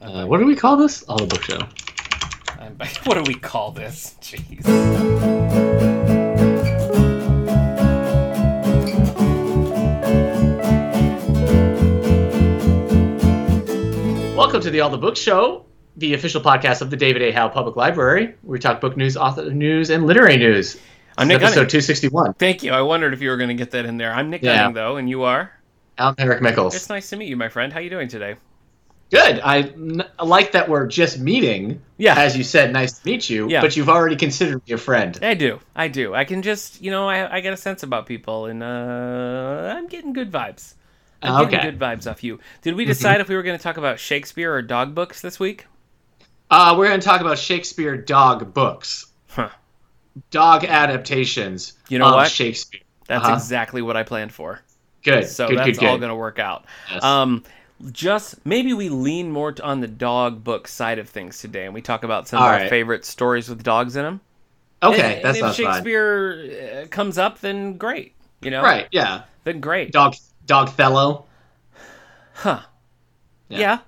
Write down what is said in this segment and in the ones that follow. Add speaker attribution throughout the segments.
Speaker 1: Uh, what do we call this? All the book show.
Speaker 2: I'm back. What do we call this? Jeez.
Speaker 1: Welcome to the All the Book Show, the official podcast of the David A. Howe Public Library. We talk book news, author news, and literary news. This
Speaker 2: I'm
Speaker 1: is
Speaker 2: Nick
Speaker 1: episode
Speaker 2: Gunning.
Speaker 1: two sixty one.
Speaker 2: Thank you. I wondered if you were going to get that in there. I'm Nick
Speaker 1: Yeah.
Speaker 2: Gunning, though, and you are.
Speaker 1: I'm Eric
Speaker 2: It's
Speaker 1: Mickles.
Speaker 2: nice to meet you, my friend. How you doing today?
Speaker 1: Good. I, n- I like that we're just meeting.
Speaker 2: Yeah.
Speaker 1: As you said, nice to meet you.
Speaker 2: Yeah.
Speaker 1: But you've already considered me a friend.
Speaker 2: I do. I do. I can just, you know, I, I get a sense about people, and uh, I'm getting good vibes. I'm
Speaker 1: Okay. Mm-hmm.
Speaker 2: getting good vibes off you. Did we decide if we were going to talk about Shakespeare or dog books this week?
Speaker 1: Uh, we're going to talk about Shakespeare dog books,
Speaker 2: Huh.
Speaker 1: dog adaptations
Speaker 2: You know
Speaker 1: of
Speaker 2: what?
Speaker 1: Shakespeare.
Speaker 2: That's
Speaker 1: Uh-huh.
Speaker 2: exactly what I planned for.
Speaker 1: Good.
Speaker 2: So
Speaker 1: good,
Speaker 2: that's
Speaker 1: good, good.
Speaker 2: all going to work out.
Speaker 1: Yes.
Speaker 2: Um, just maybe we lean more t- on the dog book side of things today, and we talk about some of
Speaker 1: All
Speaker 2: our
Speaker 1: right.
Speaker 2: favorite stories with dogs in them.
Speaker 1: okay, that
Speaker 2: and, and if
Speaker 1: sounds fine.
Speaker 2: Shakespeare uh, comes up, then great. You know,
Speaker 1: Right, yeah.
Speaker 2: Then great.
Speaker 1: Dog dog fellow.
Speaker 2: Huh?
Speaker 1: Yeah.
Speaker 2: Yeah.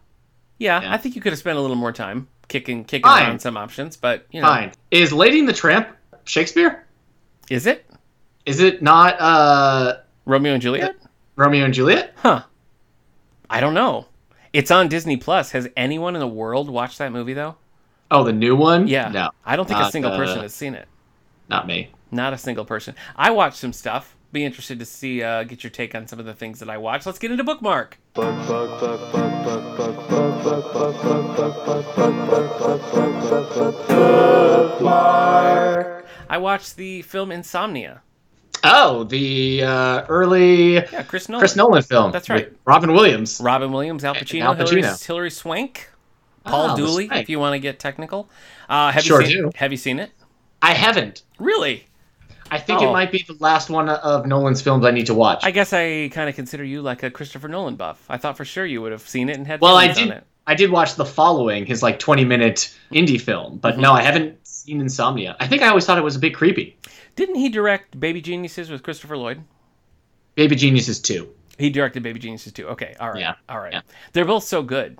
Speaker 2: yeah,
Speaker 1: Yeah.
Speaker 2: I think you could have spent a little more time kicking, kicking
Speaker 1: Fine.
Speaker 2: around some options, but you know,
Speaker 1: Fine. Is Lady and the Tramp Shakespeare?
Speaker 2: is it
Speaker 1: Is it not uh,
Speaker 2: Romeo and Juliet?
Speaker 1: Romeo and Juliet?
Speaker 2: Huh? I don't know. It's on Disney Plus. Has anyone in the world watched that movie though?
Speaker 1: Oh, the new one?
Speaker 2: Yeah.
Speaker 1: No,
Speaker 2: I don't think a
Speaker 1: Not,
Speaker 2: single
Speaker 1: uh,
Speaker 2: person has seen it.
Speaker 1: not me.
Speaker 2: Not a single person. I watched some stuff. Be interested to see, uh, get your take on some of the things that I watched. Let's get into bookmark. I watched the film Insomnia.
Speaker 1: Oh, the uh, early
Speaker 2: Yeah, Chris Nolan.
Speaker 1: Chris Nolan film.
Speaker 2: That's
Speaker 1: with
Speaker 2: right.
Speaker 1: Robin Williams.
Speaker 2: Robin Williams, Al Pacino,
Speaker 1: Al
Speaker 2: Hilary,
Speaker 1: Pacino.
Speaker 2: Hilary Swank,
Speaker 1: Ah,
Speaker 2: Paul
Speaker 1: the
Speaker 2: Dooley,
Speaker 1: Spank.
Speaker 2: if you want to get technical. Uh, have
Speaker 1: Sure
Speaker 2: you seen,
Speaker 1: do.
Speaker 2: Have you seen it?
Speaker 1: I haven't.
Speaker 2: Really?
Speaker 1: I think
Speaker 2: Oh.
Speaker 1: it might be the last one of Nolan's films I need to watch.
Speaker 2: I guess I kind of consider you like a Christopher Nolan buff. I thought for sure you would have seen it and had
Speaker 1: well, I
Speaker 2: feelings on
Speaker 1: did.
Speaker 2: it.
Speaker 1: I did watch the following, his like twenty-minute indie film,
Speaker 2: Mm-hmm.
Speaker 1: but no, I haven't seen Insomnia. I think I always thought it was a bit creepy.
Speaker 2: Didn't he direct Baby Geniuses with Christopher Lloyd?
Speaker 1: Baby Geniuses two.
Speaker 2: He directed Baby Geniuses too. Okay, all right,
Speaker 1: Yeah,
Speaker 2: all right.
Speaker 1: yeah.
Speaker 2: They're both so good.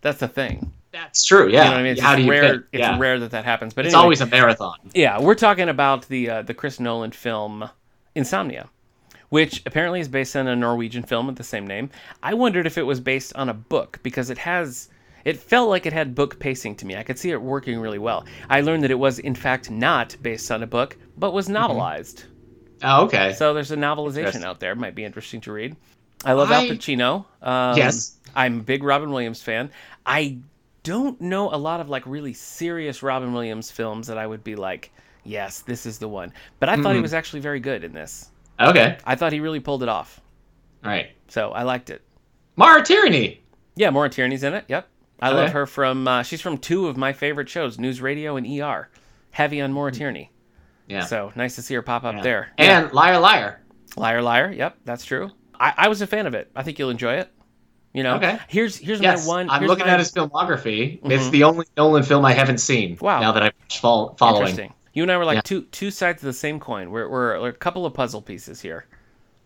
Speaker 2: That's the thing.
Speaker 1: That's true. Yeah.
Speaker 2: You know what I mean? It's
Speaker 1: How
Speaker 2: just
Speaker 1: do you
Speaker 2: rare.
Speaker 1: pick?
Speaker 2: It's
Speaker 1: yeah.
Speaker 2: rare that that happens. But
Speaker 1: It's
Speaker 2: anyway,
Speaker 1: always a marathon.
Speaker 2: yeah, we're talking about the uh, the Chris Nolan film Insomnia, which apparently is based on a Norwegian film with the same name. I wondered if it was based on a book because it has. It felt like it had book pacing to me. I could see it working really well. I learned that it was, in fact, not based on a book, but was novelized.
Speaker 1: Oh, okay.
Speaker 2: So there's a novelization
Speaker 1: Mm-hmm. Interesting.
Speaker 2: out there. Might be interesting to read. I love Al
Speaker 1: I-
Speaker 2: Pacino. Um,
Speaker 1: Yes.
Speaker 2: I'm a big Robin Williams fan. I don't know a lot of like really serious Robin Williams films that I would be like, yes, this is the one. But I thought he
Speaker 1: Mm-mm.
Speaker 2: was actually very good in this.
Speaker 1: okay.
Speaker 2: I thought he really pulled it off.
Speaker 1: All right.
Speaker 2: So I liked it.
Speaker 1: Mara Tierney.
Speaker 2: Yeah, Maura Tierney's in it. Yep. I love
Speaker 1: Okay.
Speaker 2: her from, uh, she's from two of my favorite shows, News Radio and ER. Heavy on Maura Tierney.
Speaker 1: Yeah.
Speaker 2: So nice to see her pop up
Speaker 1: Yeah.
Speaker 2: there. Yeah.
Speaker 1: And Liar Liar.
Speaker 2: Liar, liar. Yep, that's true. I, I was a fan of it. I think you'll enjoy it. You know.
Speaker 1: Okay.
Speaker 2: Here's here's
Speaker 1: Yes.
Speaker 2: my one.
Speaker 1: I'm
Speaker 2: here's
Speaker 1: looking
Speaker 2: my-
Speaker 1: at his filmography. It's
Speaker 2: Mhm.
Speaker 1: the only Nolan film I haven't seen.
Speaker 2: Wow.
Speaker 1: Now that I've watched fol- following.
Speaker 2: Interesting. You and I were like
Speaker 1: Yeah.
Speaker 2: two two sides of the same coin. We're, we're we're a couple of puzzle pieces here.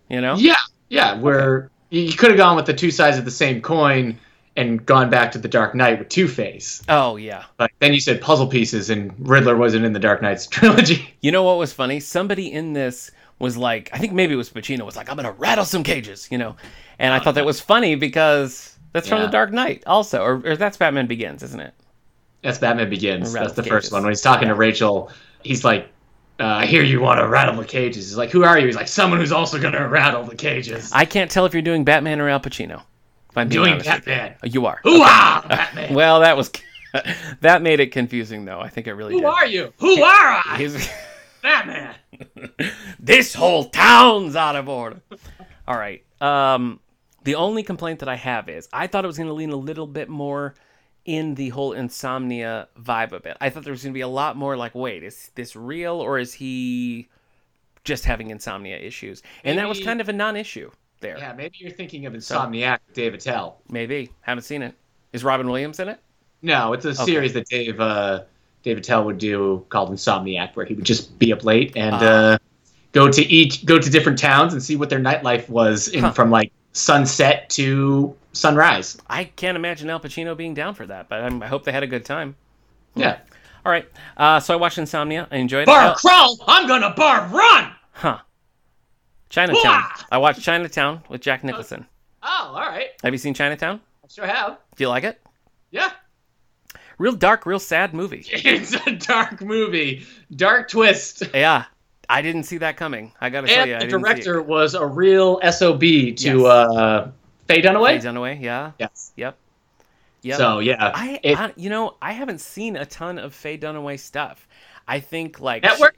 Speaker 2: You know.
Speaker 1: Yeah. Yeah. Where you you could have gone with the two sides of the same coin and gone back to the Dark Knight with Two Face,
Speaker 2: Oh yeah.
Speaker 1: but then you said puzzle pieces, and Riddler wasn't in the Dark Knight's trilogy.
Speaker 2: You know what was funny? Somebody in this was like, I think maybe it was Pacino was like, I'm gonna rattle some cages. You know. And I thought that was funny because that's from
Speaker 1: Yeah.
Speaker 2: The Dark Knight also, or, or that's Batman Begins, isn't it?
Speaker 1: That's Batman Begins.
Speaker 2: Rattle
Speaker 1: That's the
Speaker 2: the
Speaker 1: first
Speaker 2: cages.
Speaker 1: one. When he's talking to Rachel, he's like, uh, "I hear you want to rattle the cages." He's like, "Who are you?" He's like, "Someone who's also gonna rattle the cages."
Speaker 2: I can't tell if you're doing Batman or Al Pacino. If I'm being
Speaker 1: Doing
Speaker 2: honest with you.
Speaker 1: Batman.
Speaker 2: You are.
Speaker 1: Who are Batman?
Speaker 2: Well, that was that made it confusing though. I think it really
Speaker 1: Who
Speaker 2: did.
Speaker 1: are you? Who are I?
Speaker 2: His-
Speaker 1: Batman.
Speaker 2: this whole town's out of order. All right. Um, the only complaint that I have is I thought it was going to lean a little bit more in the whole insomnia vibe of it. I thought there was going to be a lot more like, wait, is this real or is he just having insomnia issues? And that was
Speaker 1: Maybe-
Speaker 2: kind of a non-issue there.
Speaker 1: Yeah, maybe you're thinking of Insomniac, Dave Attell.
Speaker 2: Maybe haven't seen it. Is Robin Williams in it?
Speaker 1: No, it's a series that Dave uh, Dave Attell would do called Insomniac, where he would just be up late and
Speaker 2: Ah.
Speaker 1: uh, go to each go to different towns and see what their nightlife was in,
Speaker 2: Huh.
Speaker 1: from like sunset to Sunrise.
Speaker 2: I can't imagine Al Pacino being down for that, but I'm, I hope they had a good time. Hmm.
Speaker 1: Yeah.
Speaker 2: All right. Uh, so I watched Insomnia. I enjoyed it.
Speaker 1: Bar
Speaker 2: Oh,
Speaker 1: crawl. I'm gonna bar run.
Speaker 2: huh. Chinatown.
Speaker 1: Wah!
Speaker 2: I watched Chinatown with Jack Nicholson.
Speaker 1: Oh, all right.
Speaker 2: Have you seen Chinatown?
Speaker 1: I sure have.
Speaker 2: Do you like it?
Speaker 1: Yeah.
Speaker 2: Real dark, real sad movie.
Speaker 1: It's a dark movie, dark twist.
Speaker 2: Yeah. I didn't see that coming. I gotta tell
Speaker 1: And
Speaker 2: you, I
Speaker 1: the
Speaker 2: didn't see it.
Speaker 1: director was a real sob to
Speaker 2: Yes.
Speaker 1: uh, Faye Dunaway.
Speaker 2: Faye Dunaway, yeah.
Speaker 1: Yes.
Speaker 2: Yep. Yep.
Speaker 1: So yeah,
Speaker 2: I,
Speaker 1: it-
Speaker 2: I, you know, I haven't seen a ton of Faye Dunaway stuff. I think like
Speaker 1: network.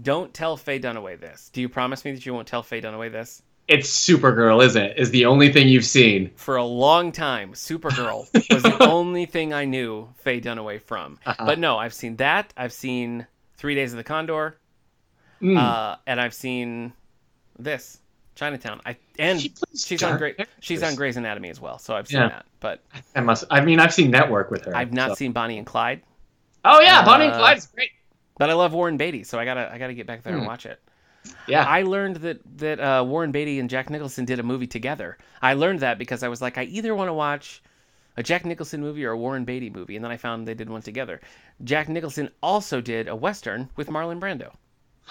Speaker 2: Don't tell Faye Dunaway this. Do you promise me that you won't tell Faye Dunaway this?
Speaker 1: It's Supergirl, isn't it? Is the only thing you've seen.
Speaker 2: For a long time, Supergirl was the only thing I knew Faye Dunaway from.
Speaker 1: Uh-huh.
Speaker 2: But no, I've seen that. I've seen Three Days of the Condor,
Speaker 1: Mm.
Speaker 2: uh, and I've seen this Chinatown. I and
Speaker 1: She plays
Speaker 2: she's
Speaker 1: dark
Speaker 2: on great. She's on
Speaker 1: characters.
Speaker 2: Grey's Anatomy as well, so I've seen
Speaker 1: Yeah.
Speaker 2: that. But
Speaker 1: I must. I mean, I've seen Network with her.
Speaker 2: I've not
Speaker 1: so-
Speaker 2: seen Bonnie and Clyde.
Speaker 1: Oh yeah, Bonnie and
Speaker 2: uh,
Speaker 1: Clyde is great.
Speaker 2: But I love Warren Beatty, so I gotta I gotta get back there and
Speaker 1: Hmm.
Speaker 2: watch it.
Speaker 1: Yeah.
Speaker 2: I learned that that uh, Warren Beatty and Jack Nicholson did a movie together. I learned that because I was like, I either want to watch a Jack Nicholson movie or a Warren Beatty movie, and then I found they did one together. Jack Nicholson also did a western with Marlon Brando.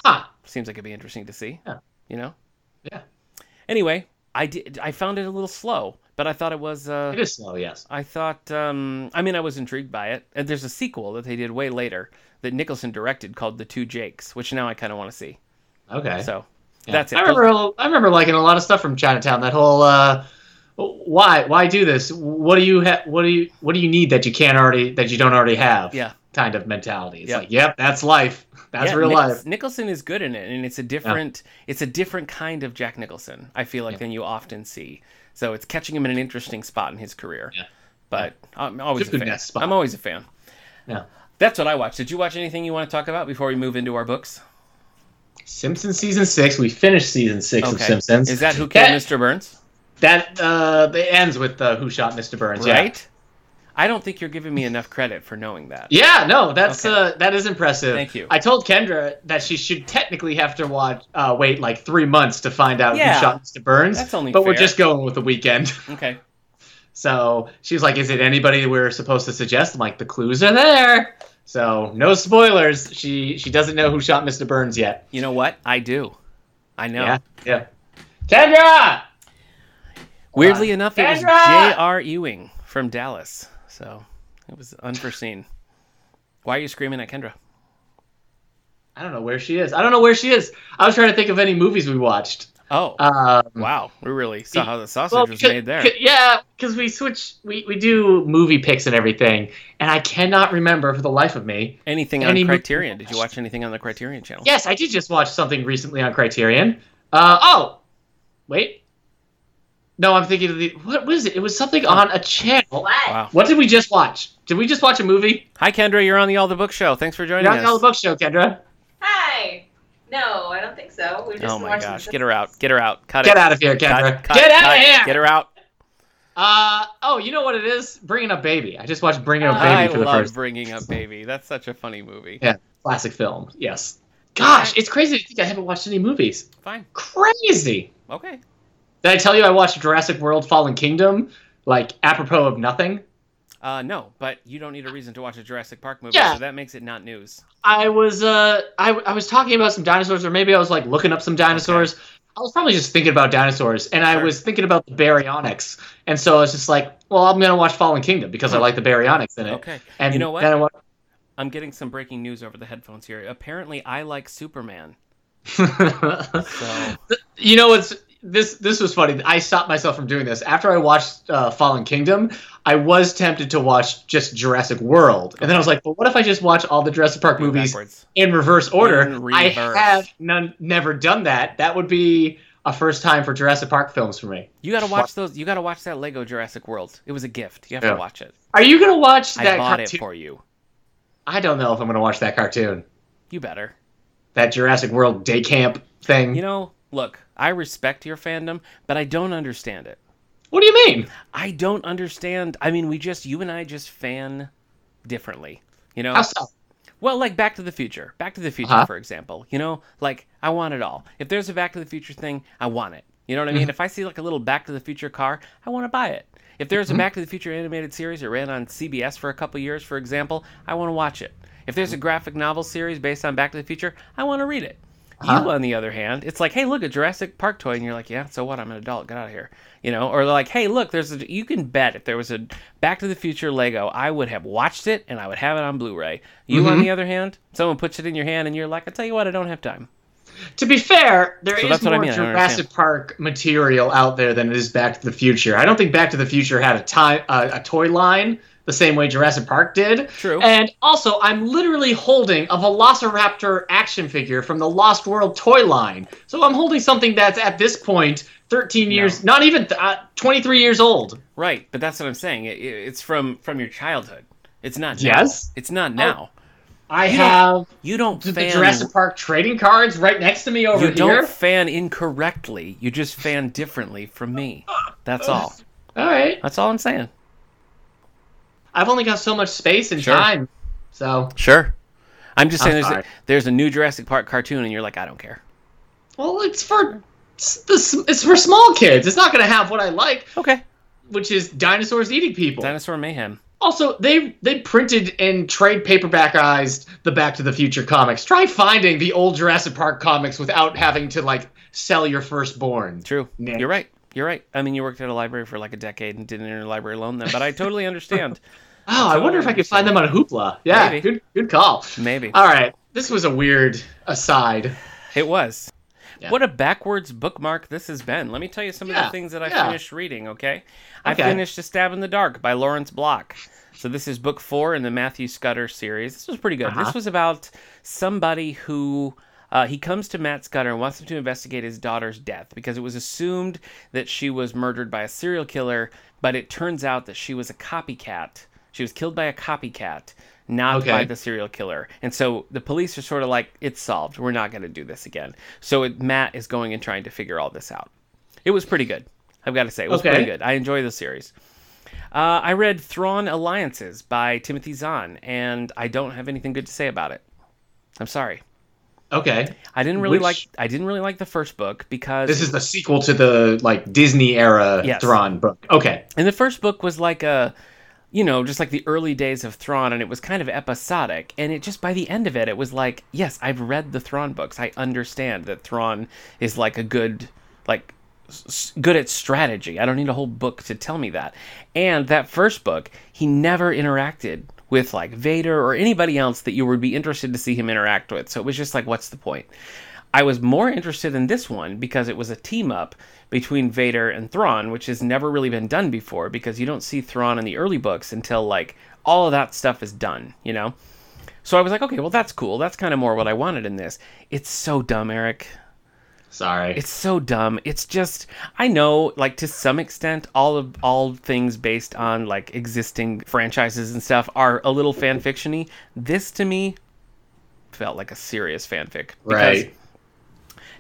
Speaker 1: Huh.
Speaker 2: Seems like it'd be interesting to see.
Speaker 1: Yeah.
Speaker 2: You know.
Speaker 1: Yeah.
Speaker 2: Anyway, I did. I found it a little slow, but I thought it was. Uh,
Speaker 1: It is slow. Yes.
Speaker 2: I thought, um, I mean, I was intrigued by it. And there's a sequel that they did way later that Nicholson directed called The Two Jakes, which now I kind of want to see.
Speaker 1: Okay.
Speaker 2: So
Speaker 1: Yeah.
Speaker 2: that's it.
Speaker 1: I remember. I remember liking a lot of stuff from Chinatown. That whole. Uh, why? Why do this? What do you ha- What do you? What do you need that you can't already? That you don't already have?
Speaker 2: Yeah.
Speaker 1: Kind of mentality. It's
Speaker 2: Yeah.
Speaker 1: like, yep, that's life. That's
Speaker 2: Yeah,
Speaker 1: real
Speaker 2: Nich-
Speaker 1: life.
Speaker 2: Nicholson is good in it, and it's a different, it's a different kind of Jack Nicholson. I feel like
Speaker 1: Yeah.
Speaker 2: than you often see. So it's catching him in an interesting spot in his career.
Speaker 1: Yeah.
Speaker 2: But I'm always
Speaker 1: Good
Speaker 2: a
Speaker 1: in
Speaker 2: fan.
Speaker 1: that spot.
Speaker 2: I'm always a fan.
Speaker 1: Yeah.
Speaker 2: That's what I watched. Did you watch anything you want to talk about before we move into our books?
Speaker 1: Simpsons season six. We finished season six of
Speaker 2: Okay.
Speaker 1: Simpsons.
Speaker 2: Is that who killed
Speaker 1: That-
Speaker 2: Mr. Burns?
Speaker 1: That uh, it ends with uh, who shot Mr. Burns, yeah.
Speaker 2: Right. I don't think you're giving me enough credit for knowing that.
Speaker 1: Yeah, no, that's
Speaker 2: Okay.
Speaker 1: uh, that is impressive.
Speaker 2: Thank you.
Speaker 1: I told Kendra that she should technically have to watch, uh, wait like three months to find out
Speaker 2: Yeah.
Speaker 1: who shot Mr. Burns.
Speaker 2: That's only
Speaker 1: but we're
Speaker 2: fair.
Speaker 1: just going with the weekend.
Speaker 2: Okay.
Speaker 1: So she's like, "Is it anybody we're supposed to suggest?" I'm like, "The clues are there." So no spoilers. She she doesn't know who shot Mr. Burns yet.
Speaker 2: You know what? I do. I know.
Speaker 1: Yeah, yeah. Kendra.
Speaker 2: Weirdly enough, it was
Speaker 1: Kendra!
Speaker 2: J.R. Ewing from Dallas. So it was unforeseen. Why are you screaming at Kendra?
Speaker 1: I don't know where she is. I don't know where she is. I was trying to think of any movies we watched.
Speaker 2: Oh,
Speaker 1: Um,
Speaker 2: wow. We really saw how the sausage was
Speaker 1: because-
Speaker 2: made there.
Speaker 1: c- yeah, because we switch, we, we do movie picks and everything, and I cannot remember for the life of me.
Speaker 2: Anything
Speaker 1: any
Speaker 2: on
Speaker 1: movie
Speaker 2: Criterion? Did you watch anything on the Criterion channel?
Speaker 1: Yes, I did just watch something recently on Criterion. Uh, oh, wait. No, I'm thinking of the what was it? It was something on a channel.
Speaker 2: Wow.
Speaker 1: What did we just watch? Did we just watch a movie?
Speaker 2: Hi, Kendra. You're on the All the Book Show. Thanks for joining
Speaker 1: You're on the
Speaker 2: us.
Speaker 1: All the Book Show, Kendra.
Speaker 3: Hi. No, I don't think so. We just
Speaker 2: oh, my
Speaker 3: watched
Speaker 2: gosh.
Speaker 3: the-
Speaker 2: Get her out. Get her out. Cut
Speaker 1: Get
Speaker 2: it.
Speaker 1: out of here,
Speaker 2: Cut,
Speaker 1: Kendra.
Speaker 2: cut,
Speaker 1: Get out
Speaker 2: cut.
Speaker 1: of here.
Speaker 2: Get her out.
Speaker 1: Uh, oh, you know what it is? Bringing Up Baby. I just watched Bringing Up
Speaker 3: Oh,
Speaker 1: Baby
Speaker 2: I
Speaker 1: for the
Speaker 2: love
Speaker 1: first
Speaker 2: Bringing Up Baby. That's such a funny movie.
Speaker 1: Yeah. classic film. Yes. Gosh, it's crazy to think I haven't watched any movies.
Speaker 2: Fine.
Speaker 1: Crazy.
Speaker 2: Okay.
Speaker 1: Did I tell you I watched Jurassic World Fallen Kingdom, like apropos of nothing?
Speaker 2: Uh, no, but you don't need a reason to watch a Jurassic Park movie,
Speaker 1: Yeah.
Speaker 2: so that makes it not news.
Speaker 1: I was uh I, I was talking about some dinosaurs or maybe I was like looking up some dinosaurs. I was probably just thinking about dinosaurs and I
Speaker 2: Sure.
Speaker 1: was thinking about the baryonyx. And so I was just like, well, I'm going to watch Fallen Kingdom because I like the baryonyx in it.
Speaker 2: Okay.
Speaker 1: And
Speaker 2: You know what?
Speaker 1: Then I wa-
Speaker 2: I'm getting some breaking news over the headphones here. Apparently, I like Superman. So,
Speaker 1: you know what's this this was funny. I stopped myself from doing this after I watched uh, Fallen Kingdom. I was tempted to watch just Jurassic World, and then I was like, "Well, what if I just watch all the Jurassic Park
Speaker 2: go
Speaker 1: movies
Speaker 2: backwards.
Speaker 1: in reverse order?"
Speaker 2: In reverse.
Speaker 1: I have none, never done that. That would be a first time for Jurassic Park films for me.
Speaker 2: You gotta watch those. You gotta watch that Lego Jurassic World. It was a gift. You have
Speaker 1: Yeah.
Speaker 2: to watch it.
Speaker 1: Are you gonna watch that
Speaker 2: I bought
Speaker 1: cartoon?
Speaker 2: it for you.
Speaker 1: I don't know if I'm gonna watch that cartoon,
Speaker 2: You better.
Speaker 1: that Jurassic World day camp thing.
Speaker 2: You know, look, I respect your fandom, but I don't understand it.
Speaker 1: what do you mean?
Speaker 2: I don't understand. I mean, we just you and I just fan differently. You know,
Speaker 1: How so?
Speaker 2: Well, like Back to the Future. Back to the Future,
Speaker 1: Uh-huh.
Speaker 2: for example. You know, like I want it all. If there's a Back to the Future thing, I want it. You know what I mean? if I see like a little Back to the Future car, I want to buy it. If there's a Back to the Future animated series that ran on CBS for a couple years, for example, I want to watch it. If there's a graphic novel series based on Back to the Future, I want to read it. You,
Speaker 1: Uh-huh.
Speaker 2: on the other hand, it's like, hey, look, a Jurassic Park toy, and you're like, yeah, so what? I'm an adult. Get out of here, you know. Or like, hey, look, there's a. You can bet if there was a Back to the Future Lego, I would have watched it and I would have it on Blu-ray. You, on
Speaker 1: Mhm.
Speaker 2: the other hand, someone puts it in your hand and you're like, I tell you what, I don't have time.
Speaker 1: To be fair, there
Speaker 2: So
Speaker 1: is
Speaker 2: that's what
Speaker 1: more
Speaker 2: I mean, I don't
Speaker 1: Jurassic Park material out there than it is Back to the Future. I don't think Back to the Future had a time uh, a toy line the same way Jurassic Park did.
Speaker 2: True.
Speaker 1: And also, I'm literally holding a Velociraptor action figure from the Lost World toy line. So I'm holding something that's at this point 13 years, not even th- uh, 23 years old.
Speaker 2: Right, but that's what I'm saying. It, it- it's from from your childhood. It's not now.
Speaker 1: Yes.
Speaker 2: It's not now.
Speaker 1: I
Speaker 2: You don't-
Speaker 1: have
Speaker 2: You don't
Speaker 1: the
Speaker 2: fan.
Speaker 1: Jurassic Park trading cards right next to me over
Speaker 2: you
Speaker 1: here.
Speaker 2: don't fan incorrectly. You just fan differently from me. That's all.
Speaker 1: All right,
Speaker 2: That's all I'm saying.
Speaker 1: I've only got so much space and
Speaker 2: Sure.
Speaker 1: time, so
Speaker 2: Sure. I'm just
Speaker 1: I'm
Speaker 2: saying there's a,
Speaker 1: sorry.
Speaker 2: there's a new Jurassic Park cartoon and you're like I don't care.
Speaker 1: Well, it's for it's, the, it's for small kids. It's not going to have what I like,
Speaker 2: Okay.
Speaker 1: which is dinosaurs eating people.
Speaker 2: Dinosaur Mayhem.
Speaker 1: also, they they printed and trade paperbackized the Back to the Future comics. Try finding the old Jurassic Park comics without having to like sell your firstborn.
Speaker 2: True.
Speaker 1: Nick.
Speaker 2: You're right. You're right. I mean, you worked at a library for like a decade and did an interlibrary loan then, but I totally understand.
Speaker 1: Oh, I
Speaker 2: Totally
Speaker 1: wonder if I could find them on Hoopla. Yeah,
Speaker 2: Maybe.
Speaker 1: good good call.
Speaker 2: Maybe.
Speaker 1: All right, this was a weird aside.
Speaker 2: Uh, It was.
Speaker 1: Yeah.
Speaker 2: What a backwards bookmark this has been. Let me tell you some of
Speaker 1: Yeah,
Speaker 2: the things that I
Speaker 1: yeah.
Speaker 2: finished reading, okay? I
Speaker 1: Okay.
Speaker 2: finished A Stab in the Dark by Lawrence Block. So this is book four in the Matthew Scudder series. This was pretty good.
Speaker 1: Uh-huh.
Speaker 2: This was about somebody who uh, he comes to Matt Scudder and wants him to investigate his daughter's death because it was assumed that she was murdered by a serial killer, but it turns out that she was a copycat. She was killed by a copycat, not
Speaker 1: Okay.
Speaker 2: by the serial killer. And so the police are sort of like, it's solved. We're not going to do this again. So it, Matt is going and trying to figure all this out. It was pretty good. I've got to say, it was
Speaker 1: Okay.
Speaker 2: pretty good. I enjoy the series. Uh, I read Thrawn Alliances by Timothy Zahn, and I don't have anything good to say about it. I'm sorry.
Speaker 1: Okay,
Speaker 2: I didn't really
Speaker 1: Which-
Speaker 2: like. I didn't really like the first book because
Speaker 1: this is the sequel to the like Disney era
Speaker 2: Yes.
Speaker 1: Thrawn book. Okay,
Speaker 2: And the first book was like a, you know, just like the early days of Thrawn, and it was kind of episodic. And it just by the end of it, it was like, yes, I've read the Thrawn books. I understand that Thrawn is like a good, like, s- s- good at strategy. I don't need a whole book to tell me that. And that first book, he never interacted with like Vader or anybody else that you would be interested to see him interact with. So it was just like, what's the point? I was more interested in this one because it was a team up between Vader and Thrawn, which has never really been done before because you don't see Thrawn in the early books until like all of that stuff is done, you know? So I was like, okay, well, that's cool. That's kind of more what I wanted in this. It's so dumb, Eric.
Speaker 1: sorry.
Speaker 2: It's so dumb. It's just I know like to some extent all of all things based on like existing franchises and stuff are a little fan fictiony. This to me felt like a serious fanfic. because
Speaker 1: Right.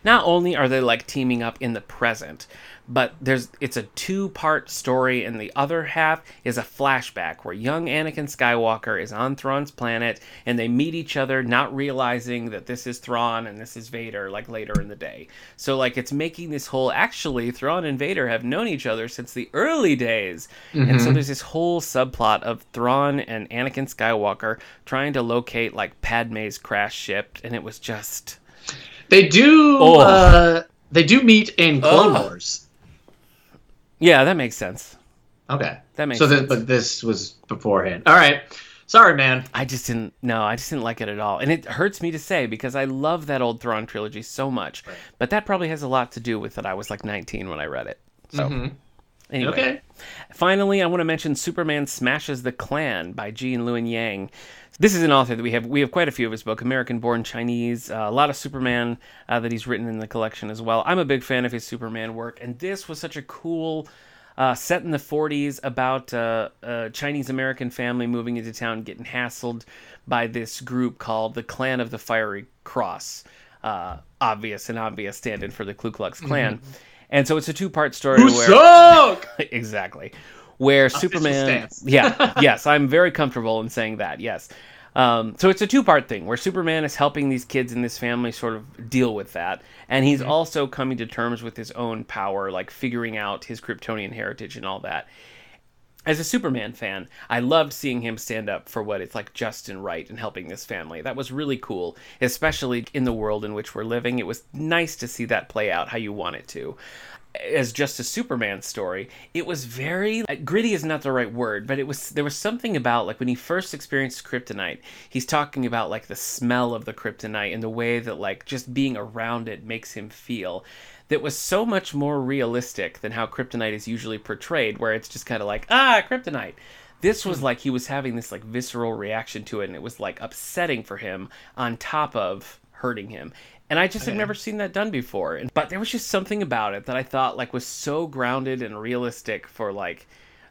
Speaker 2: Not only are they like teaming up in the present, but there's it's a two-part story and the other half is a flashback where young Anakin Skywalker is on Thrawn's planet and they meet each other not realizing that this is Thrawn and this is Vader like later in the day. So like it's making this whole actually Thrawn and Vader have known each other since the early days. And
Speaker 1: Mm-hmm.
Speaker 2: so there's this whole subplot of Thrawn and Anakin Skywalker trying to locate like Padme's crash ship and it was just
Speaker 1: They do.
Speaker 2: Oh.
Speaker 1: Uh, they do meet in Clone
Speaker 2: Oh.
Speaker 1: Wars.
Speaker 2: Yeah, that makes sense.
Speaker 1: Okay.
Speaker 2: That makes
Speaker 1: so,
Speaker 2: sense.
Speaker 1: th- but this was beforehand. All right. Sorry, man.
Speaker 2: I just didn't. No, I just didn't like it at all, and it hurts me to say because I love that old Thrawn trilogy so much. But that probably has a lot to do with that I was like 19 when I read it. So
Speaker 1: Mhm.
Speaker 2: anyway,
Speaker 1: Okay.
Speaker 2: finally, I want to mention Superman Smashes the Klan by Ji and Luen Yang. This is an author that we have. We have quite a few of his book. American-born Chinese, uh, a lot of Superman uh, that he's written in the collection as well. I'm a big fan of his Superman work, and this was such a cool uh, set in the 40s about uh, a Chinese American family moving into town, getting hassled by this group called the Clan of the Fiery Cross. Uh, obvious and obvious stand in for the Ku Klux Klan. And so it's a two part story
Speaker 1: Who
Speaker 2: where.
Speaker 1: suck?
Speaker 2: exactly. Where Superman.
Speaker 1: stance.
Speaker 2: Yeah. yes, I'm very comfortable in saying that. Yes. Um, so it's a two part thing where Superman is helping these kids in this family sort of deal with that. And he's also coming to terms with his own power, like figuring out his Kryptonian heritage and all that. As a Superman fan, I loved seeing him stand up for what it's like just and right and helping this family. That was really cool, especially in the world in which we're living. It was nice to see that play out how you want it to as just a Superman story, it was very uh, gritty is not the right word, but it was there was something about like when he first experienced kryptonite, he's talking about like the smell of the kryptonite and the way that like just being around it makes him feel that was so much more realistic than how kryptonite is usually portrayed where it's just kind of like ah kryptonite. This
Speaker 1: Hmm.
Speaker 2: was like he was having this like visceral reaction to it and it was like upsetting for him on top of hurting him and I just had
Speaker 1: Okay.
Speaker 2: never seen that done before. And, but there was just something about it that I thought like was so grounded and realistic for like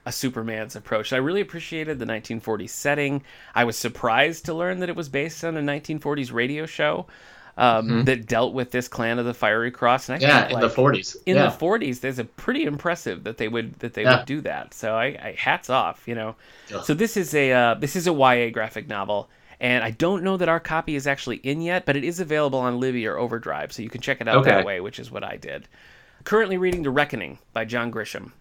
Speaker 2: a Superman's approach. I really appreciated the 1940s setting. I was surprised to learn that it was based on a 1940s radio show um,
Speaker 1: Mhm.
Speaker 2: that dealt with this clan of the Fiery Cross. And I
Speaker 1: Yeah,
Speaker 2: think,
Speaker 1: in
Speaker 2: like,
Speaker 1: the 40s.
Speaker 2: in
Speaker 1: yeah.
Speaker 2: the 40s there's a pretty impressive that they would that they
Speaker 1: Yeah.
Speaker 2: would do that so I, I hats off you know
Speaker 1: Yeah.
Speaker 2: so this is a uh, this is a ya graphic novel and i don't know that our copy is actually in yet but it is available on libby or overdrive so you can check it out that
Speaker 1: Okay.
Speaker 2: way which is what i did currently reading the reckoning by john grisham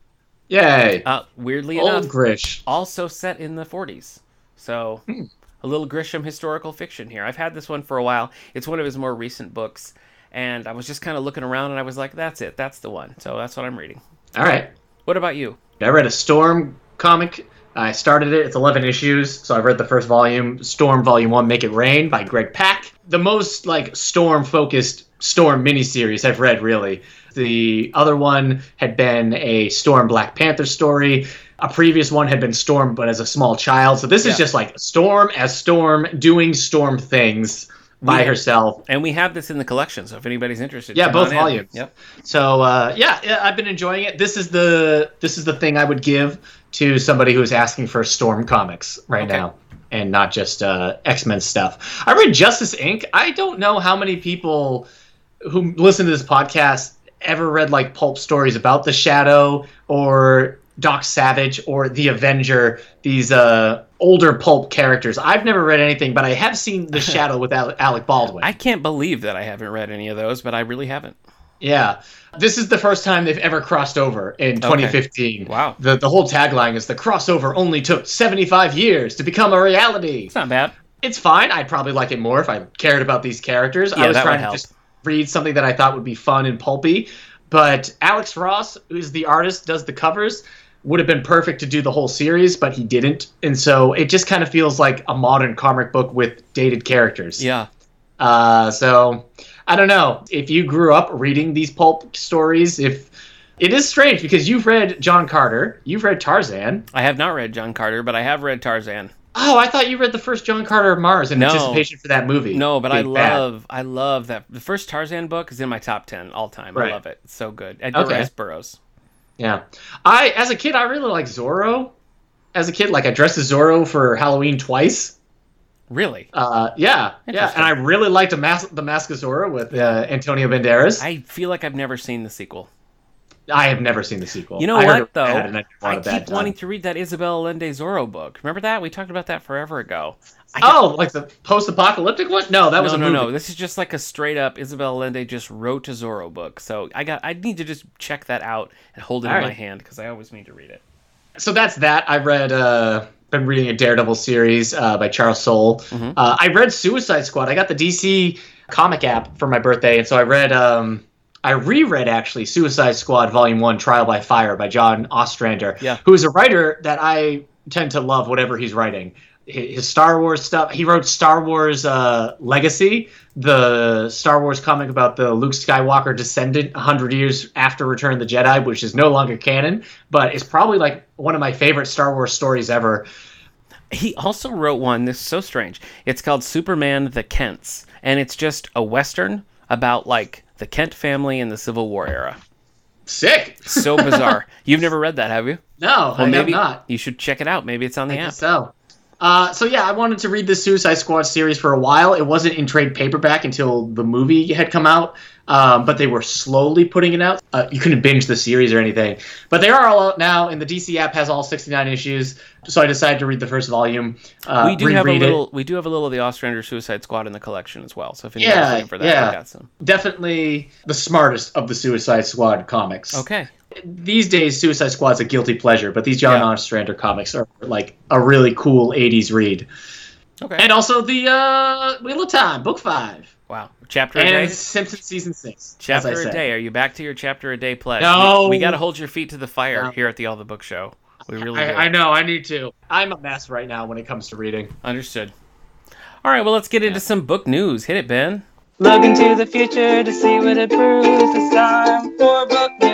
Speaker 1: Yay.
Speaker 2: uh, weirdly
Speaker 1: Old
Speaker 2: enough
Speaker 1: Grish.
Speaker 2: also set in the 40s. So
Speaker 1: Hmm.
Speaker 2: a little Grisham historical fiction here. I've had this one for a while. It's one of his more recent books, and I was just kind of looking around and I was like, that's it, that's the one. So that's what I'm reading.
Speaker 1: All right.
Speaker 2: What about you?
Speaker 1: I read a Storm comic. I started it. It's 11 issues, so I've read the first volume, Storm Volume 1, Make It Rain by Greg Pak. The most, like, Storm-focused Storm miniseries I've read, really. The other one had been a Storm Black Panther story. A previous one had been Storm, but as a small child. So this
Speaker 2: Yeah.
Speaker 1: is just, like, Storm as Storm doing Storm things by
Speaker 2: Yeah.
Speaker 1: herself
Speaker 2: And we have this in the collection, so if anybody's interested,
Speaker 1: Yeah,
Speaker 2: come
Speaker 1: both
Speaker 2: on in.
Speaker 1: volumes.
Speaker 2: Yep.
Speaker 1: So uh, yeah, yeah, I've been enjoying it. This is the this is the thing I would give to somebody who's asking for Storm comics right
Speaker 2: Okay.
Speaker 1: now, and not just uh, X Men stuff. I read Justice Inc. I don't know how many people who listen to this podcast ever read like pulp stories about the Shadow or Doc Savage or the Avenger. These uh, older pulp characters. I've never read anything, but I have seen the Shadow with Ale- Alec Baldwin.
Speaker 2: I can't believe that I haven't read any of those, but I really haven't.
Speaker 1: Yeah. This is the first time they've ever crossed over in 2015.
Speaker 2: Wow.
Speaker 1: The, the whole tagline is the crossover only took 75 years to become a reality.
Speaker 2: It's not bad.
Speaker 1: It's fine. I'd probably like it more if I cared about these characters.
Speaker 2: Yeah,
Speaker 1: I was
Speaker 2: that would
Speaker 1: trying to
Speaker 2: help.
Speaker 1: just read something that I thought would be fun and pulpy. But Alex Ross, who's the artist, does the covers, would have been perfect to do the whole series, but he didn't. And so it just kind of feels like a modern comic book with dated characters.
Speaker 2: Yeah.
Speaker 1: Uh, so I don't know if you grew up reading these pulp stories. If it is strange because you've read John Carter, you've read Tarzan.
Speaker 2: I have not read John Carter, but I have read Tarzan.
Speaker 1: Oh, I thought you read the first John Carter of Mars in
Speaker 2: No.
Speaker 1: anticipation for that movie.
Speaker 2: No, but I
Speaker 1: being bad.
Speaker 2: love, I love that. The first Tarzan book is in my top ten all time. I
Speaker 1: Right.
Speaker 2: love it. It's so good. Edgar
Speaker 1: Okay.
Speaker 2: Rice Burroughs.
Speaker 1: Yeah, I as a kid I really liked Zorro. As a kid, like I dressed as Zorro for Halloween twice.
Speaker 2: Really?
Speaker 1: Uh, yeah, yeah,
Speaker 2: Interesting.
Speaker 1: and I really liked the mask, the mask of Zorro with uh, Antonio Banderas. I,
Speaker 2: I feel like I've never seen the sequel.
Speaker 1: have never seen the sequel.
Speaker 2: You know
Speaker 1: I heard
Speaker 2: what,
Speaker 1: it was
Speaker 2: though?
Speaker 1: bad and I,
Speaker 2: I
Speaker 1: wanted
Speaker 2: keep
Speaker 1: that done.
Speaker 2: wanting to read that Isabel Allende Zorro book. Remember that? We talked about that forever ago. I get-
Speaker 1: Oh, like the post-apocalyptic one? No, that was
Speaker 2: no,
Speaker 1: a
Speaker 2: no,
Speaker 1: movie.
Speaker 2: no. This is just like a straight up Isabel Allende just wrote a Zorro book. So I got, I need to just check that out and hold it
Speaker 1: All
Speaker 2: in
Speaker 1: right.
Speaker 2: my hand because I always need to read it.
Speaker 1: so that's that. I read, uh, been reading a Daredevil series uh, by Charles Soule.
Speaker 2: Mhm.
Speaker 1: Uh, I read Suicide Squad. I got the DC comic app for my birthday, and so I read, um, I reread actually Suicide Squad Volume One: Trial by Fire by John Ostrander,
Speaker 2: Yeah.
Speaker 1: who is a writer that I tend to love whatever he's writing. Hi- His Star Wars stuff. He wrote Star Wars uh, Legacy, the Star Wars comic about the Luke Skywalker descendant 100 years after Return of the Jedi, which is no longer canon, but it's probably like one of my favorite Star Wars stories ever.
Speaker 2: He also wrote one that's so strange. It's called Superman the Kents, and it's just a western about like the Kent family in the Civil War era.
Speaker 1: Sick.
Speaker 2: So bizarre. You've never read that, have you?
Speaker 1: No, I
Speaker 2: maybe
Speaker 1: have not.
Speaker 2: you should check it out. Maybe it's on the
Speaker 1: I
Speaker 2: app.
Speaker 1: guess so. Uh, so yeah, I wanted to read the Suicide Squad series for a while. It wasn't in trade paperback until the movie had come out, um, but they were slowly putting it out. Uh, you couldn't binge the series or anything, but they are all out now, and the DC app has all 69 issues. So I decided to read the first volume. Uh,
Speaker 2: we do have a
Speaker 1: reread it.
Speaker 2: little. We do have a little of the Ostrander Suicide Squad in the collection as well. So if anybody's
Speaker 1: Yeah,
Speaker 2: looking for that,
Speaker 1: yeah.
Speaker 2: I got some.
Speaker 1: definitely the smartest of the Suicide Squad comics.
Speaker 2: Okay.
Speaker 1: These days, Suicide Squad's a guilty pleasure, but these John
Speaker 2: Yeah.
Speaker 1: Ostrander comics are like a really cool 80s read.
Speaker 2: Okay.
Speaker 1: And also the uh, Wheel of Time, book five.
Speaker 2: wow. Chapter a day.
Speaker 1: And Simpsons season six. as I
Speaker 2: Chapter a
Speaker 1: said.
Speaker 2: day. Are you back to your chapter a day pledge?
Speaker 1: No.
Speaker 2: We, got to hold your feet to the fire
Speaker 1: No.
Speaker 2: here at the All the Book Show. We really do.
Speaker 1: I, I know. I need to. I'm a mess right now when it comes to reading.
Speaker 2: Understood. All right. Well, let's get into some book news. Hit it, Ben.
Speaker 4: Looking to the future to see what it proves. It's time for book news.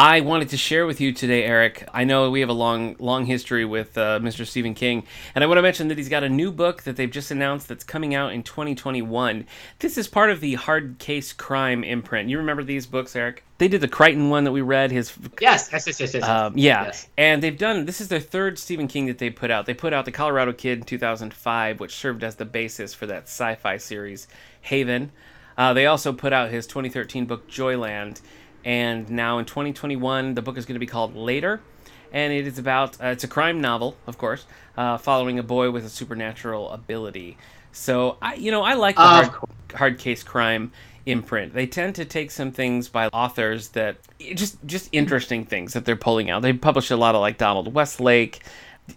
Speaker 2: I wanted to share with you today, Eric. I know we have a long, long history with uh, Mr. Stephen King, and I want to mention that he's got a new book that they've just announced that's coming out in 2021. This is part of the Hard Case Crime imprint. You remember these books, Eric? They did the Crichton one that we read, his
Speaker 1: Yes. Yes. Yes. Yes. yes.
Speaker 2: um, yeah,
Speaker 1: Yes.
Speaker 2: and they've done this is their third Stephen King that they put out. They put out the Colorado Kid in 2005, which served as the basis for that sci-fi series Haven. Uh, they also put out his 2013 book Joyland, and now in 2021, the book is going to be called Later, and it is about uh, it's a crime novel, of course, uh, following a boy with a supernatural ability. So I, you know, I like the
Speaker 1: Of
Speaker 2: hard,
Speaker 1: course.
Speaker 2: hard case crime imprint. They tend to take some things by authors that just just interesting things that they're pulling out. They publish a lot of like Donald Westlake,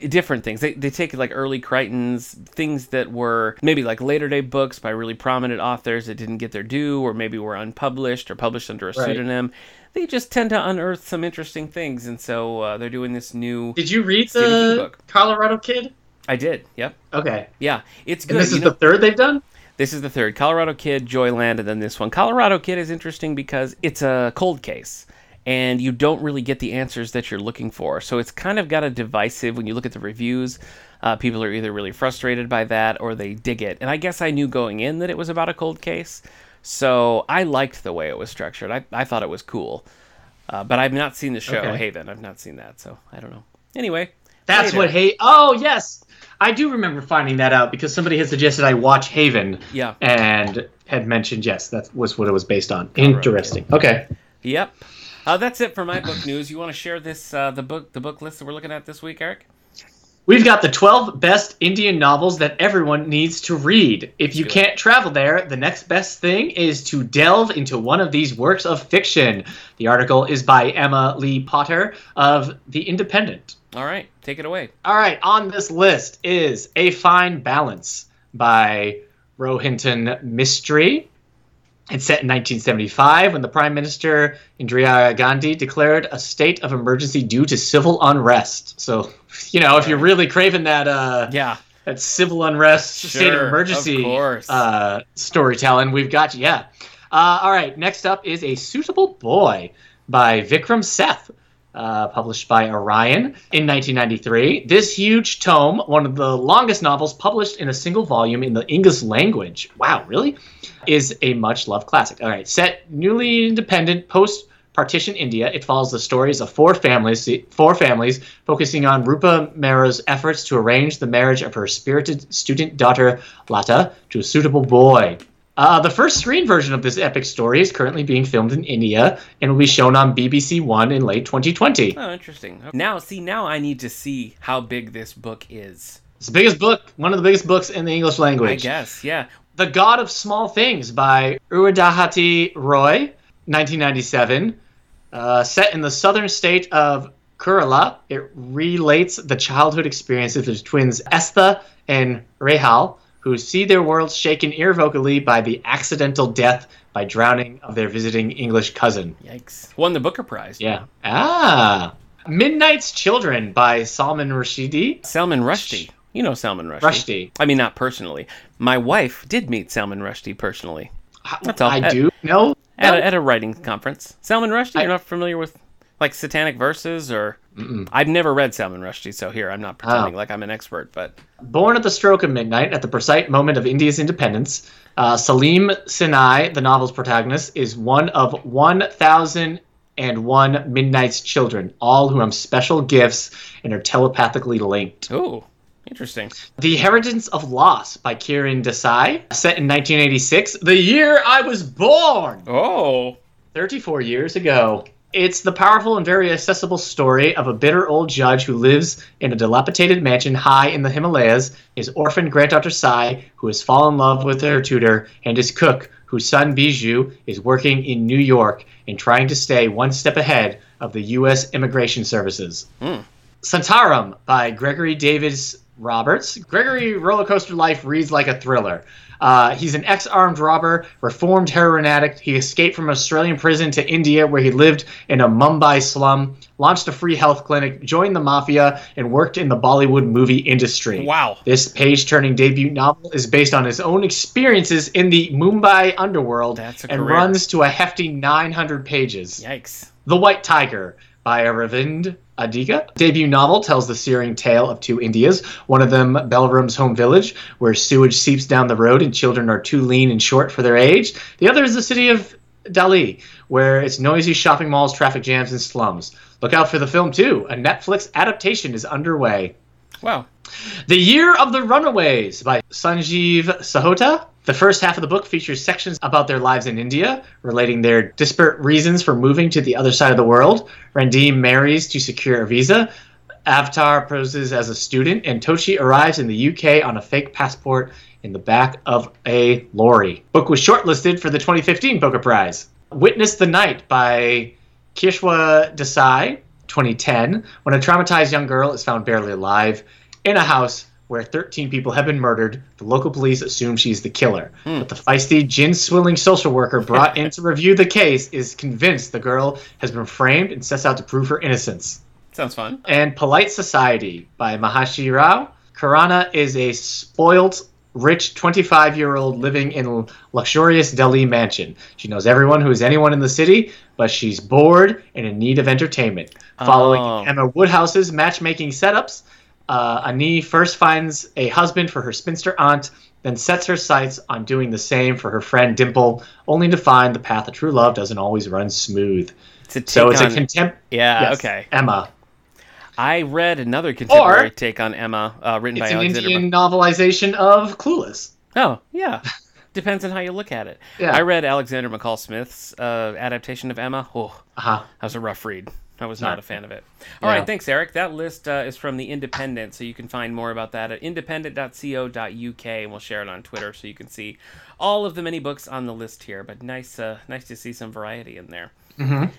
Speaker 2: different things. They they take like early Crichtons, things that were maybe like later day books by really prominent authors that didn't get their due or maybe were unpublished or published under a
Speaker 1: Right.
Speaker 2: pseudonym. They just tend to unearth some interesting things, and so uh, they're doing this new.
Speaker 1: Did you read
Speaker 2: Stephen King
Speaker 1: the
Speaker 2: book.
Speaker 1: Colorado Kid?
Speaker 2: I did, yep,
Speaker 1: Okay.
Speaker 2: yeah. It's good.
Speaker 1: And this
Speaker 2: you
Speaker 1: is
Speaker 2: know-
Speaker 1: the third they've done.
Speaker 2: This is the third Colorado Kid, Joyland, and then this one. Colorado Kid is interesting because it's a cold case and you don't really get the answers that you're looking for. So it's kind of got a divisive when you look at the reviews. Uh, people are either really frustrated by that or they dig it. And I guess I knew going in that it was about a cold case. So I liked the way it was structured. I, I thought it was cool. Uh, but I've not seen the show
Speaker 1: Okay.
Speaker 2: Haven. I've not seen that. So I don't know. Anyway.
Speaker 1: That's
Speaker 2: Later.
Speaker 1: what. Hey. Oh yes. I do remember finding that out because somebody had suggested I watch Haven
Speaker 2: Yeah.
Speaker 1: and had mentioned yes, that was what it was based on. Interesting. Okay.
Speaker 2: Yep. Uh, that's it for my book news. You want to share this uh, the book the book list that we're looking at this week, Eric?
Speaker 1: We've got the 12 best Indian novels that everyone needs to read. If you
Speaker 2: do it.
Speaker 1: can't travel there, the next best thing is to delve into one of these works of fiction. The article is by Emma Lee Potter of The Independent.
Speaker 2: All right, take it away.
Speaker 1: All right, on this list is A Fine Balance by Rohinton Mystery. It's set in 1975 when the Prime Minister Indira Gandhi declared a state of emergency due to civil unrest. So, you know, if you're really craving that uh,
Speaker 2: Yeah.
Speaker 1: that civil unrest, state of
Speaker 2: Sure,
Speaker 1: emergency
Speaker 2: of course.
Speaker 1: uh, storytelling. We've got you. Yeah. Uh, all right. Next up is A Suitable Boy by Vikram Seth. Uh, published by Orion in 1993. This huge tome, one of the longest novels published in a single volume in the English language. Wow, really? Is a much loved classic. All right, set newly independent post partition India, it follows the stories of four families, four families focusing on Rupa Mehra's efforts to arrange the marriage of her spirited student daughter Lata to a suitable boy. Uh, the first screen version of this epic story is currently being filmed in India and will be shown on BBC One in late 2020.
Speaker 2: Oh, interesting. Okay. Now, see, now I need to see how big this book is.
Speaker 1: It's the biggest book, one of the biggest books in the English
Speaker 2: I
Speaker 1: language.
Speaker 2: guess, yeah.
Speaker 1: The God of Small Things by Uwadahati Roy, 1997. Uh, set in the southern state of Kerala, it relates the childhood experiences of twins Estha and Rehal, who see their world shaken irrevocably by the accidental death by drowning of their visiting English cousin.
Speaker 2: Yikes. Won the Booker Prize.
Speaker 1: Yeah. Ah. Midnight's Children by Salman Rushdie.
Speaker 2: Salman Rushdie. You know Salman Rushdie.
Speaker 1: Rushdie.
Speaker 2: I mean, not personally. My wife did meet Salman Rushdie personally That's all.
Speaker 1: I do know.
Speaker 2: at, a,
Speaker 1: that.
Speaker 2: at a writing conference. Salman Rushdie,
Speaker 1: I-
Speaker 2: you're not familiar with like Satanic Verses or. I've never read Salman Rushdie, so here, I'm not
Speaker 1: Oh.
Speaker 2: pretending like I'm an expert, but.
Speaker 1: Born at the stroke of midnight, at the precise moment of India's independence, uh, Salim Sinai, the novel's protagonist, is one of 1,001 Midnight's children, all who have special gifts and are telepathically linked.
Speaker 2: Ooh, Interesting.
Speaker 1: The Inheritance of Loss by Kiran Desai, set in 1986, the year I was born,
Speaker 2: Oh.
Speaker 1: 34 years ago. It's the powerful and very accessible story of a bitter old judge who lives in a dilapidated mansion high in the Himalayas, his orphan granddaughter Sai, who has fallen in love with her tutor, and his cook, whose son Bijou is working in New York and trying to stay one step ahead of the U.S. Immigration Services. Santarum by Gregory Davis Roberts. Gregory Roller Coaster Life reads like a thriller. Uh, he's an ex armed robber, reformed heroin addict. He escaped from Australian prison to India, where he lived in a Mumbai slum, launched a free health clinic, joined the mafia, and worked in the Bollywood movie industry.
Speaker 2: Wow.
Speaker 1: This page turning debut novel is based on his own experiences in the Mumbai underworld
Speaker 2: That's a
Speaker 1: and
Speaker 2: career.
Speaker 1: runs to a hefty 900 pages.
Speaker 2: Yikes.
Speaker 1: The White Tiger by Aravind Adiga. Debut novel tells the searing tale of two Indias, one of them Belram's home village, where sewage seeps down the road and children are too lean and short for their age. The other is the city of Dali, where it's noisy shopping malls, traffic jams, and slums. Look out for the film, too. A Netflix adaptation is underway.
Speaker 2: Wow.
Speaker 1: The Year of the Runaways by Sanjeev Sahota. The first half of the book features sections about their lives in India, relating their disparate reasons for moving to the other side of the world. Randim marries to secure a visa. Avatar poses as a student, and Toshi arrives in the UK on a fake passport in the back of a lorry. Book was shortlisted for the 2015 Booker Prize. Witness the Night by Kishwa Desai, 2010, when a traumatized young girl is found barely alive in a house where 13 people have been murdered. The local police assume she's the killer. But the feisty, gin swilling social worker brought in to review the case is convinced the girl has been framed and sets out to prove her innocence
Speaker 2: Sounds fun.
Speaker 1: and Polite Society by Mahashi Rao. Karana is a spoilt, rich 25 year old living in luxurious Delhi mansion. She knows everyone who is anyone in the city, but she's bored and in need of entertainment. Following
Speaker 2: Oh.
Speaker 1: Emma Woodhouse's matchmaking setups, uh, Ani first finds a husband for her spinster aunt, then sets her sights on doing the same for her friend Dimple, only to find the path of true love doesn't always run smooth.
Speaker 2: It's a take
Speaker 1: So it's
Speaker 2: on,
Speaker 1: a contempt.
Speaker 2: yeah.
Speaker 1: yes,
Speaker 2: Okay.
Speaker 1: Emma.
Speaker 2: I read another contemporary
Speaker 1: Or-
Speaker 2: take on Emma, uh, written by
Speaker 1: It's an
Speaker 2: Alexander.
Speaker 1: Indian novelization of Clueless.
Speaker 2: Oh, yeah. Depends on how you look at it.
Speaker 1: Yeah.
Speaker 2: I read Alexander McCall Smith's uh, adaptation of Emma. Oh,
Speaker 1: Uh-huh.
Speaker 2: that was a rough read. I was not
Speaker 1: Sorry.
Speaker 2: a fan of it. All right,
Speaker 1: Yeah.
Speaker 2: thanks, Eric. That list uh, is from The Independent, so you can find more about that at independent.co.uk, and we'll share it on Twitter so you can see all of the many books on the list here. But nice, uh, nice to see some variety in there.
Speaker 1: Mhm.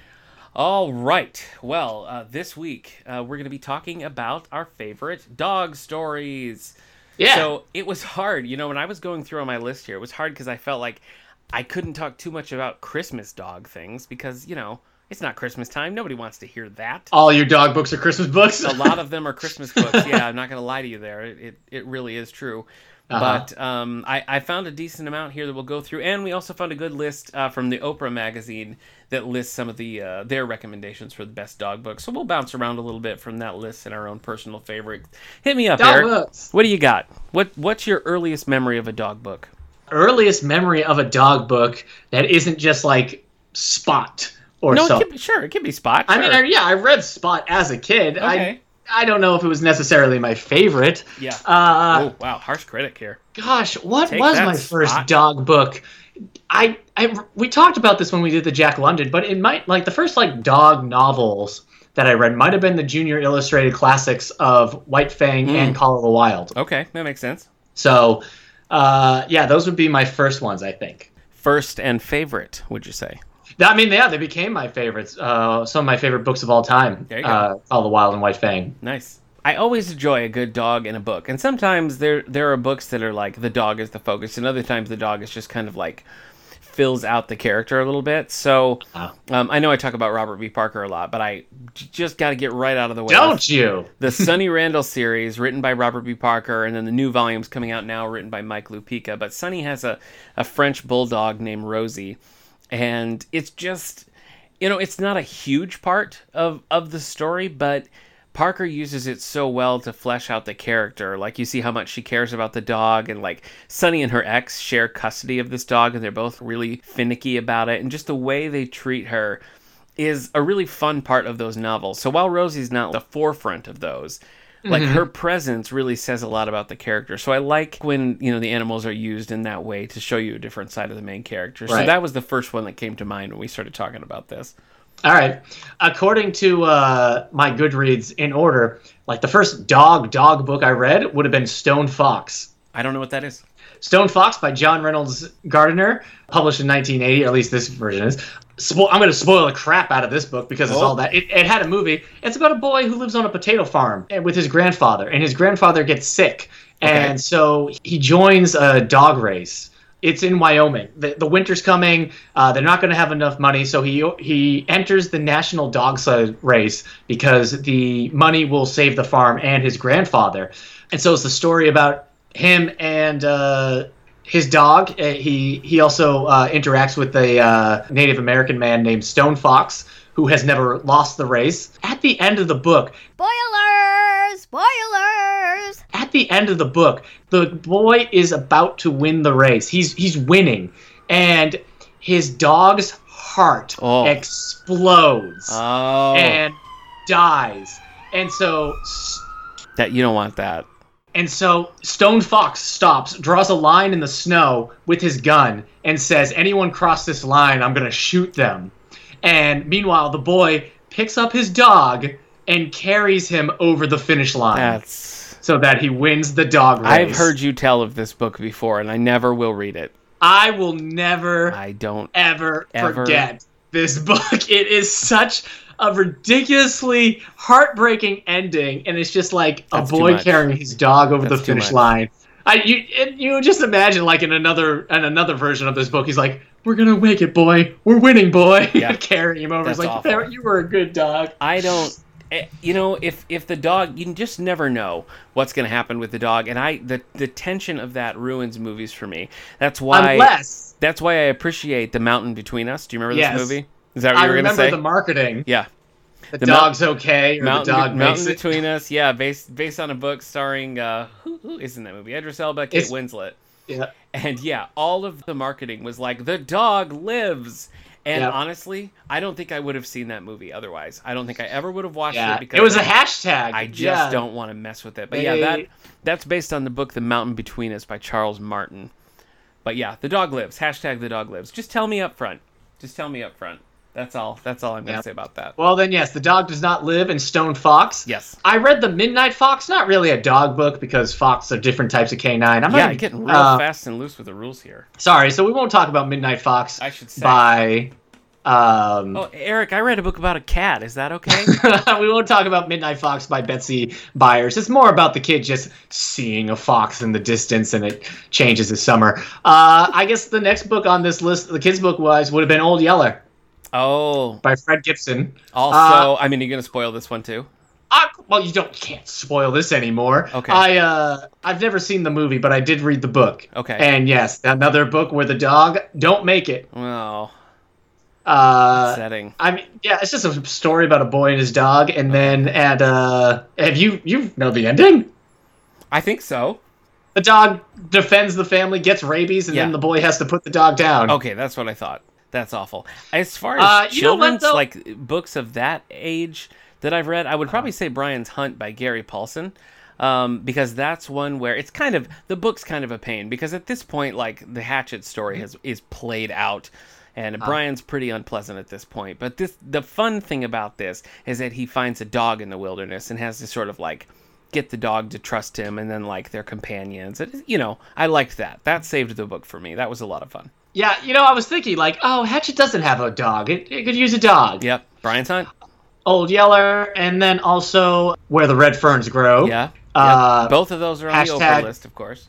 Speaker 2: All right. Well, uh, this week uh, we're going to be talking about our favorite dog stories.
Speaker 1: Yeah.
Speaker 2: So it was hard. You know, when I was going through on my list here, it was hard because I felt like I couldn't talk too much about Christmas dog things because, you know, it's not Christmas time. Nobody wants to hear that.
Speaker 1: All your dog books are Christmas books.
Speaker 2: A lot of them are Christmas books. Yeah, I'm not going to lie to you there. It, it, it really is true.
Speaker 1: Uh-huh.
Speaker 2: But um, I, I found a decent amount here that we'll go through. And we also found a good list uh, from the Oprah magazine that lists some of the uh, their recommendations for the best dog books. So we'll bounce around a little bit from that list and our own personal favorite. Hit me up,
Speaker 1: dog
Speaker 2: Eric.
Speaker 1: books.
Speaker 2: What do you got? What What's your earliest memory of a dog book?
Speaker 1: Earliest memory of a dog book that isn't just like Spot or
Speaker 2: no, it
Speaker 1: something.
Speaker 2: can be, sure, it can be Spot.
Speaker 1: I mean,
Speaker 2: sure.
Speaker 1: I, yeah, I read Spot as a kid.
Speaker 2: okay.
Speaker 1: I I don't know if it was necessarily my favorite.
Speaker 2: yeah.
Speaker 1: Uh,
Speaker 2: oh wow, harsh critic here.
Speaker 1: gosh, what
Speaker 2: Take
Speaker 1: was
Speaker 2: that,
Speaker 1: my first
Speaker 2: Spot.
Speaker 1: dog book? I, I we talked about this when we did the Jack London, but it might like the first like dog novels that I read might have been the Junior Illustrated classics of White Fang
Speaker 2: Mm.
Speaker 1: and Call of the Wild.
Speaker 2: Okay, that makes sense.
Speaker 1: So, uh, yeah, those would be my first ones. I think.
Speaker 2: First and favorite, would you say?
Speaker 1: I mean, yeah, they became my favorites. Uh, some of my favorite books of all time.
Speaker 2: There you
Speaker 1: Uh, Call of the Wild and White Fang.
Speaker 2: Nice. I always enjoy a good dog in a book, and sometimes there there are books that are like the dog is the focus, and other times the dog is just kind of like fills out the character a little bit. So
Speaker 1: Ah.
Speaker 2: um, I know I talk about Robert B. Parker a lot, but I j- just got to get right out of the way.
Speaker 1: Don't you?
Speaker 2: the Sonny Randall series, written by Robert B. Parker, and then the new volumes coming out now, written by Mike Lupica. But Sonny has a, a French bulldog named Rosie, and it's just, you know, it's not a huge part of, of the story, but Parker uses it so well to flesh out the character. Like, you see how much she cares about the dog, and like, Sonny and her ex share custody of this dog, and they're both really finicky about it, and just the way they treat her is a really fun part of those novels. So while Rosie's not the forefront of those, Like
Speaker 1: Mhm.
Speaker 2: her presence really says a lot about the character. So I like when, you know, the animals are used in that way to show you a different side of the main character. So
Speaker 1: Right.
Speaker 2: that was the first one that came to mind when we started talking about this.
Speaker 1: All right. According to uh, my Goodreads in order, like the first dog dog book I read would have been Stone Fox.
Speaker 2: I don't know what that is.
Speaker 1: Stone Fox by John Reynolds Gardiner, published in 1980, or at least this version is. Spo- I'm going to spoil the crap out of this book because it's
Speaker 2: Oh.
Speaker 1: all that. It, it had a movie. It's about a boy who lives on a potato farm and with his grandfather, and his grandfather gets sick. And so he joins a dog race. It's in Wyoming. The, the winter's coming. Uh, they're not going to have enough money, so he he enters the national dog sled race because the money will save the farm and his grandfather. And so it's the story about him and uh, his dog. Uh, He he also uh, interacts with a uh, Native American man named Stone Fox, who has never lost the race. At the end of the book,
Speaker 5: Spoilers! Spoilers!
Speaker 1: at the end of the book, the boy is about to win the race. He's he's winning, and his dog's heart
Speaker 2: Oh.
Speaker 1: explodes
Speaker 2: Oh.
Speaker 1: and dies. And so
Speaker 2: Oh, that you don't want that.
Speaker 1: And so Stone Fox stops, draws a line in the snow with his gun, and says, Anyone cross this line, I'm going to shoot them. And meanwhile, the boy picks up his dog and carries him over the finish line
Speaker 2: That's
Speaker 1: so that he wins the dog race.
Speaker 2: I've heard you tell of this book before and I never will read it.
Speaker 1: I will never,
Speaker 2: I don't
Speaker 1: ever,
Speaker 2: Ever.
Speaker 1: forget this book. It is such a ridiculously heartbreaking ending, and it's just like
Speaker 2: That's
Speaker 1: a
Speaker 2: too
Speaker 1: boy
Speaker 2: much.
Speaker 1: carrying his dog over
Speaker 2: That's
Speaker 1: the
Speaker 2: too
Speaker 1: finish
Speaker 2: much.
Speaker 1: line. I you and you just imagine like in another in another version of this book, he's like, "We're gonna make it, boy. We're winning, boy."
Speaker 2: Yeah.
Speaker 1: carrying him over. It's
Speaker 2: That's
Speaker 1: like
Speaker 2: awful.
Speaker 1: "There- you were a good dog.
Speaker 2: I don't. eh, You know, if if the dog, you just never know what's going to happen with the dog, and I the the tension of that ruins movies for me. That's why.
Speaker 1: Unless
Speaker 2: That's why I appreciate the mountain between us. Do you remember
Speaker 1: Yes.
Speaker 2: this movie? Is that what
Speaker 1: I
Speaker 2: you were going to
Speaker 1: remember
Speaker 2: say?
Speaker 1: the marketing.
Speaker 2: yeah,
Speaker 1: The,
Speaker 2: The mou-
Speaker 1: dog's okay, or the
Speaker 2: mountain,
Speaker 1: dog
Speaker 2: mountain
Speaker 1: makes it.
Speaker 2: between us. Yeah, based based on a book starring uh, who, who is in that movie? Idris Elba, Kate
Speaker 1: It's-
Speaker 2: Winslet.
Speaker 1: Yeah.
Speaker 2: And yeah, all of the marketing was like the dog lives. And
Speaker 1: Yeah.
Speaker 2: honestly, I don't think I would have seen that movie otherwise. I don't think I ever would have watched
Speaker 1: Yeah,
Speaker 2: it because
Speaker 1: it was a hashtag.
Speaker 2: I just
Speaker 1: Yeah.
Speaker 2: don't want to mess with it. But
Speaker 1: They-
Speaker 2: yeah, that that's based on the book "The Mountain Between Us" by Charles Martin. But yeah, the dog lives. Hashtag the dog lives. Just tell me up front. Just tell me up front. That's all. That's all I'm gonna
Speaker 1: Yeah.
Speaker 2: say about that.
Speaker 1: Well, then yes, the dog does not live in Stone Fox.
Speaker 2: Yes.
Speaker 1: I read the Midnight Fox, not really a dog book because fox are different types of canine. I'm
Speaker 2: yeah,
Speaker 1: not,
Speaker 2: getting real
Speaker 1: uh,
Speaker 2: fast and loose with the rules here.
Speaker 1: Sorry, so we won't talk about Midnight Fox
Speaker 2: I should say.
Speaker 1: by. Um,
Speaker 2: Oh, Eric, I read a book about a cat. Is that okay?
Speaker 1: we won't talk about Midnight Fox by Betsy Byers. It's more about the kid just seeing a fox in the distance and it changes his summer. Uh, I guess the next book on this list, the kids' book wise, would have been Old Yeller
Speaker 2: oh,
Speaker 1: by Fred Gibson.
Speaker 2: also, I mean, are you gonna spoil this one too?
Speaker 1: I, well, you don't can't spoil this anymore.
Speaker 2: Okay.
Speaker 1: I uh, I've never seen the movie, but I did read the book.
Speaker 2: Okay.
Speaker 1: And yes, another book where the dog don't make it.
Speaker 2: well,
Speaker 1: Uh,
Speaker 2: setting.
Speaker 1: I mean, yeah, it's just a story about a boy and his dog, and then at uh, have you you know the ending?
Speaker 2: I think so.
Speaker 1: The dog defends the family, gets rabies, and
Speaker 2: Yeah.
Speaker 1: then the boy has to put the dog down.
Speaker 2: Okay, that's what I thought. That's awful. As far as
Speaker 1: Uh, you know what,
Speaker 2: children's
Speaker 1: though?
Speaker 2: like books of that age that I've read, I would probably say Brian's Hunt by Gary Paulson. Um, because that's one where it's kind of the book's kind of a pain because at this point, like the Hatchet story has is played out, and
Speaker 1: Uh-huh.
Speaker 2: Brian's pretty unpleasant at this point. But this the fun thing about this is that he finds a dog in the wilderness and has to sort of like get the dog to trust him, and then like their companions. It, you know, I liked that. That saved the book for me. That was a lot of fun.
Speaker 1: Yeah, you know, I was thinking like, oh, Hatchet doesn't have a dog. It, it could use a dog.
Speaker 2: Yep, Brian's Hunt.
Speaker 1: Old Yeller, and then also where the red ferns grow.
Speaker 2: Yeah.
Speaker 1: Uh,
Speaker 2: yeah. Both of those are on the
Speaker 1: hashtag-
Speaker 2: Oprah list, of course.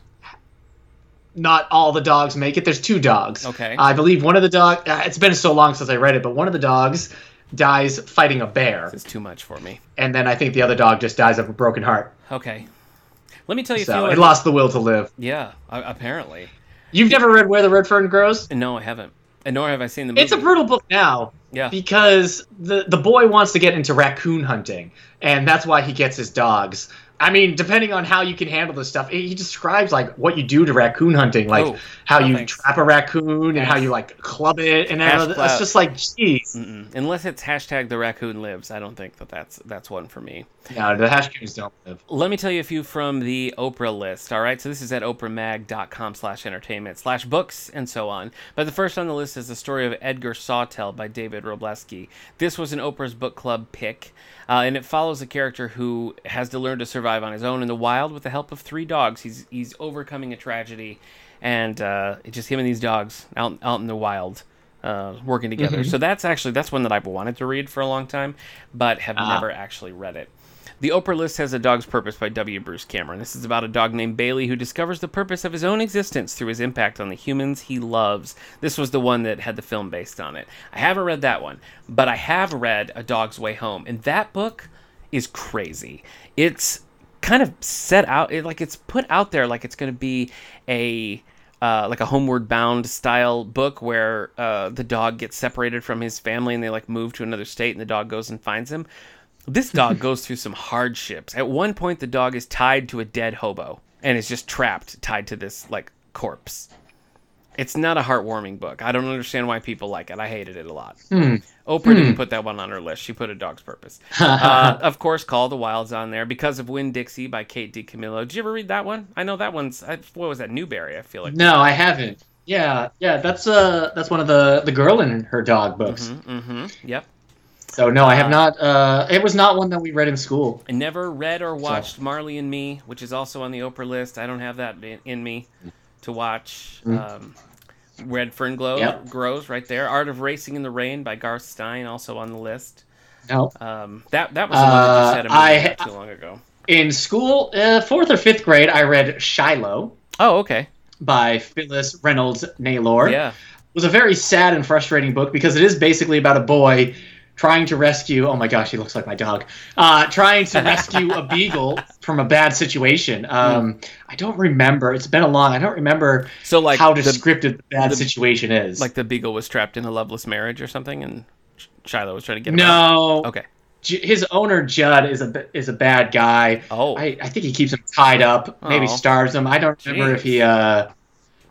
Speaker 1: not all the dogs make it. There's two dogs.
Speaker 2: Okay.
Speaker 1: I believe one of the dog. Uh, it's been so long since I read it, but one of the dogs dies fighting a bear,
Speaker 2: This is too much for me.
Speaker 1: and then I think the other dog just dies of a broken heart.
Speaker 2: Okay. Let me tell you a few.
Speaker 1: So it
Speaker 2: other-
Speaker 1: lost the will to live.
Speaker 2: yeah, a- apparently.
Speaker 1: You've never read Where the Red Fern Grows?
Speaker 2: No, I haven't. And nor have I seen the movie.
Speaker 1: It's a brutal book now
Speaker 2: yeah.
Speaker 1: because the the boy wants to get into raccoon hunting, and that's why he gets his dogs. I mean, depending on how you can handle this stuff, he describes like what you do to raccoon hunting, like
Speaker 2: Oh,
Speaker 1: how
Speaker 2: no
Speaker 1: you
Speaker 2: thanks.
Speaker 1: trap a raccoon and how
Speaker 2: Yes.
Speaker 1: you like club it, and
Speaker 2: Ash
Speaker 1: then
Speaker 2: clap.
Speaker 1: it's just like, jeez.
Speaker 2: Mm-mm. Unless it's hashtag the raccoon lives, I don't think that that's that's one for me.
Speaker 1: No, the hash kings don't live.
Speaker 2: let me tell you a few from the Oprah list. All right, so this is at oprahmag.com slash entertainment slash books and so on. But the first on the list is the story of Edgar Sawtell by David Robleski. This was an Oprah's book club pick, uh, and it follows a character who has to learn to survive on his own in the wild with the help of three dogs. He's he's overcoming a tragedy, and uh, it's just him and these dogs out out in the wild. Uh, working together, so that's actually that's one that I've wanted to read for a long time, but have
Speaker 1: Ah.
Speaker 2: never actually read it. The Oprah List Has a Dog's Purpose by W. Bruce Cameron. This is about a dog named Bailey who discovers the purpose of his own existence through his impact on the humans he loves. This was the one that had the film based on it. I haven't read that one, but I have read A Dog's Way Home, and that book is crazy. It's kind of set out, it, like it's put out there like it's going to be a uh, like a homeward bound style book where uh, the dog gets separated from his family and they like move to another state and the dog goes and finds him. This dog goes through some hardships. At one point, the dog is tied to a dead hobo and is just trapped, tied to this like corpse. It's not a heartwarming book. I don't understand why people like it. I hated it a lot.
Speaker 1: Hmm.
Speaker 2: Oprah didn't put that one on her list. She put a dog's purpose. uh, of course, Call of the Wild's on there because of Win Dixie by Kate DiCamillo. Did you ever read that one? I know that one's. I, what was that? Newberry. I feel like.
Speaker 1: No, I haven't. Yeah, yeah, that's uh that's one of the the girl and her dog books.
Speaker 2: Mm-hmm, mm-hmm. Yep.
Speaker 1: So no, I have
Speaker 2: Uh,
Speaker 1: not. Uh, it was not one that we read in school.
Speaker 2: I never read or watched Marley and Me, which is also on the Oprah list. I don't have that in- in me to watch.
Speaker 1: Mm.
Speaker 2: Um, Red Fern Glow
Speaker 1: Yep.
Speaker 2: grows right there. Art of Racing in the Rain by Garth Stein also on the list.
Speaker 1: No,
Speaker 2: Um, that that was the one that you
Speaker 1: Uh,
Speaker 2: said a
Speaker 1: I-
Speaker 2: minute not too long ago.
Speaker 1: in school, uh, fourth or fifth grade, I read Shiloh
Speaker 2: Oh, okay.
Speaker 1: by Phyllis Reynolds Naylor.
Speaker 2: Yeah.
Speaker 1: It was a very sad and frustrating book because it is basically about a boy trying to rescue. Oh my gosh, he looks like my dog. Uh, trying to rescue a beagle from a bad situation. Um, I don't remember. It's been a long. I don't remember
Speaker 2: So like
Speaker 1: how
Speaker 2: the,
Speaker 1: descriptive the, bad
Speaker 2: the-
Speaker 1: situation is.
Speaker 2: like the beagle was trapped in a loveless marriage or something, and Sh- Shiloh was trying to get him out.
Speaker 1: no,
Speaker 2: Okay.
Speaker 1: J- his owner Judd is a b- is a bad guy.
Speaker 2: Oh.
Speaker 1: I, I think he keeps him tied up, maybe
Speaker 2: Aw.
Speaker 1: starves him. I don't remember
Speaker 2: Jeez.
Speaker 1: if he. Uh,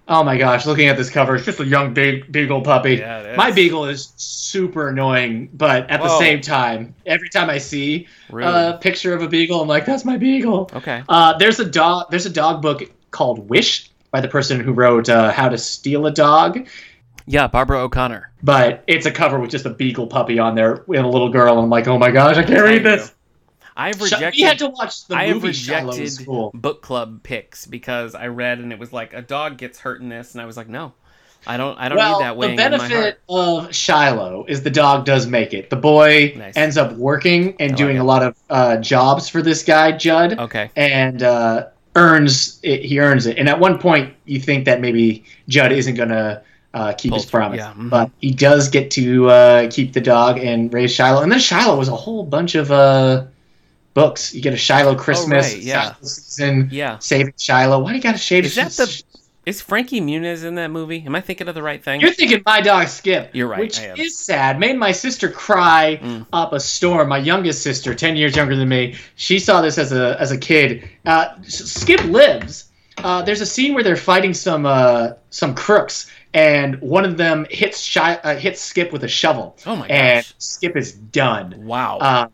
Speaker 1: oh my gosh! Looking at this cover, it's just a young big beagle puppy.
Speaker 2: Yeah, it is.
Speaker 1: My beagle is super annoying, but at
Speaker 2: Whoa.
Speaker 1: the same time, every time I see
Speaker 2: Rude.
Speaker 1: a picture of a beagle, I'm like, "That's my beagle."
Speaker 2: okay.
Speaker 1: Uh, there's a dog. There's a dog book called Wish by the person who wrote uh, How to Steal a Dog,
Speaker 2: Yeah, Barbara O'Connor.
Speaker 1: but it's a cover with just a beagle puppy on there and a little girl. I'm like, "Oh my gosh, I can't
Speaker 2: There
Speaker 1: read
Speaker 2: you
Speaker 1: this."
Speaker 2: go. I've
Speaker 1: Sh-
Speaker 2: rejected.
Speaker 1: We had to watch the
Speaker 2: I have
Speaker 1: movie Shiloh in
Speaker 2: rejected
Speaker 1: school.
Speaker 2: book club picks because I read and it was like a dog gets hurt in this, and I was like, no, I don't, I don't
Speaker 1: well,
Speaker 2: need that weighing
Speaker 1: the
Speaker 2: in my heart.
Speaker 1: benefit of Shiloh is the dog does make it. The boy
Speaker 2: Nice.
Speaker 1: ends up working and
Speaker 2: I
Speaker 1: doing
Speaker 2: like
Speaker 1: a lot of uh, jobs for this guy Judd,
Speaker 2: Okay,
Speaker 1: and uh, earns it, he earns it. And at one point, you think that maybe Judd isn't gonna uh, keep
Speaker 2: Pull
Speaker 1: his
Speaker 2: through,
Speaker 1: promise,
Speaker 2: yeah, mhm.
Speaker 1: but he does get to uh, keep the dog and raise Shiloh. And then Shiloh was a whole bunch of uh, books. You get a Shiloh Christmas,
Speaker 2: Oh, right, yeah.
Speaker 1: Shiloh season,
Speaker 2: yeah.
Speaker 1: saving Shiloh. Why do you gotta shave?
Speaker 2: Is that the- Is Frankie Muniz in that movie? Am I thinking of the right thing?
Speaker 1: You're thinking my dog Skip.
Speaker 2: You're right,
Speaker 1: Which
Speaker 2: I am.
Speaker 1: is sad. Made my sister cry
Speaker 2: Mm.
Speaker 1: up a storm. My youngest sister, ten years younger than me, she saw this as a as a kid. Uh, S- Skip lives. Uh, there's a scene where they're fighting some uh, some crooks, and one of them hits shy, uh, hits Skip with a shovel,
Speaker 2: oh my
Speaker 1: and
Speaker 2: gosh!
Speaker 1: Skip is done.
Speaker 2: Wow.
Speaker 1: Uh,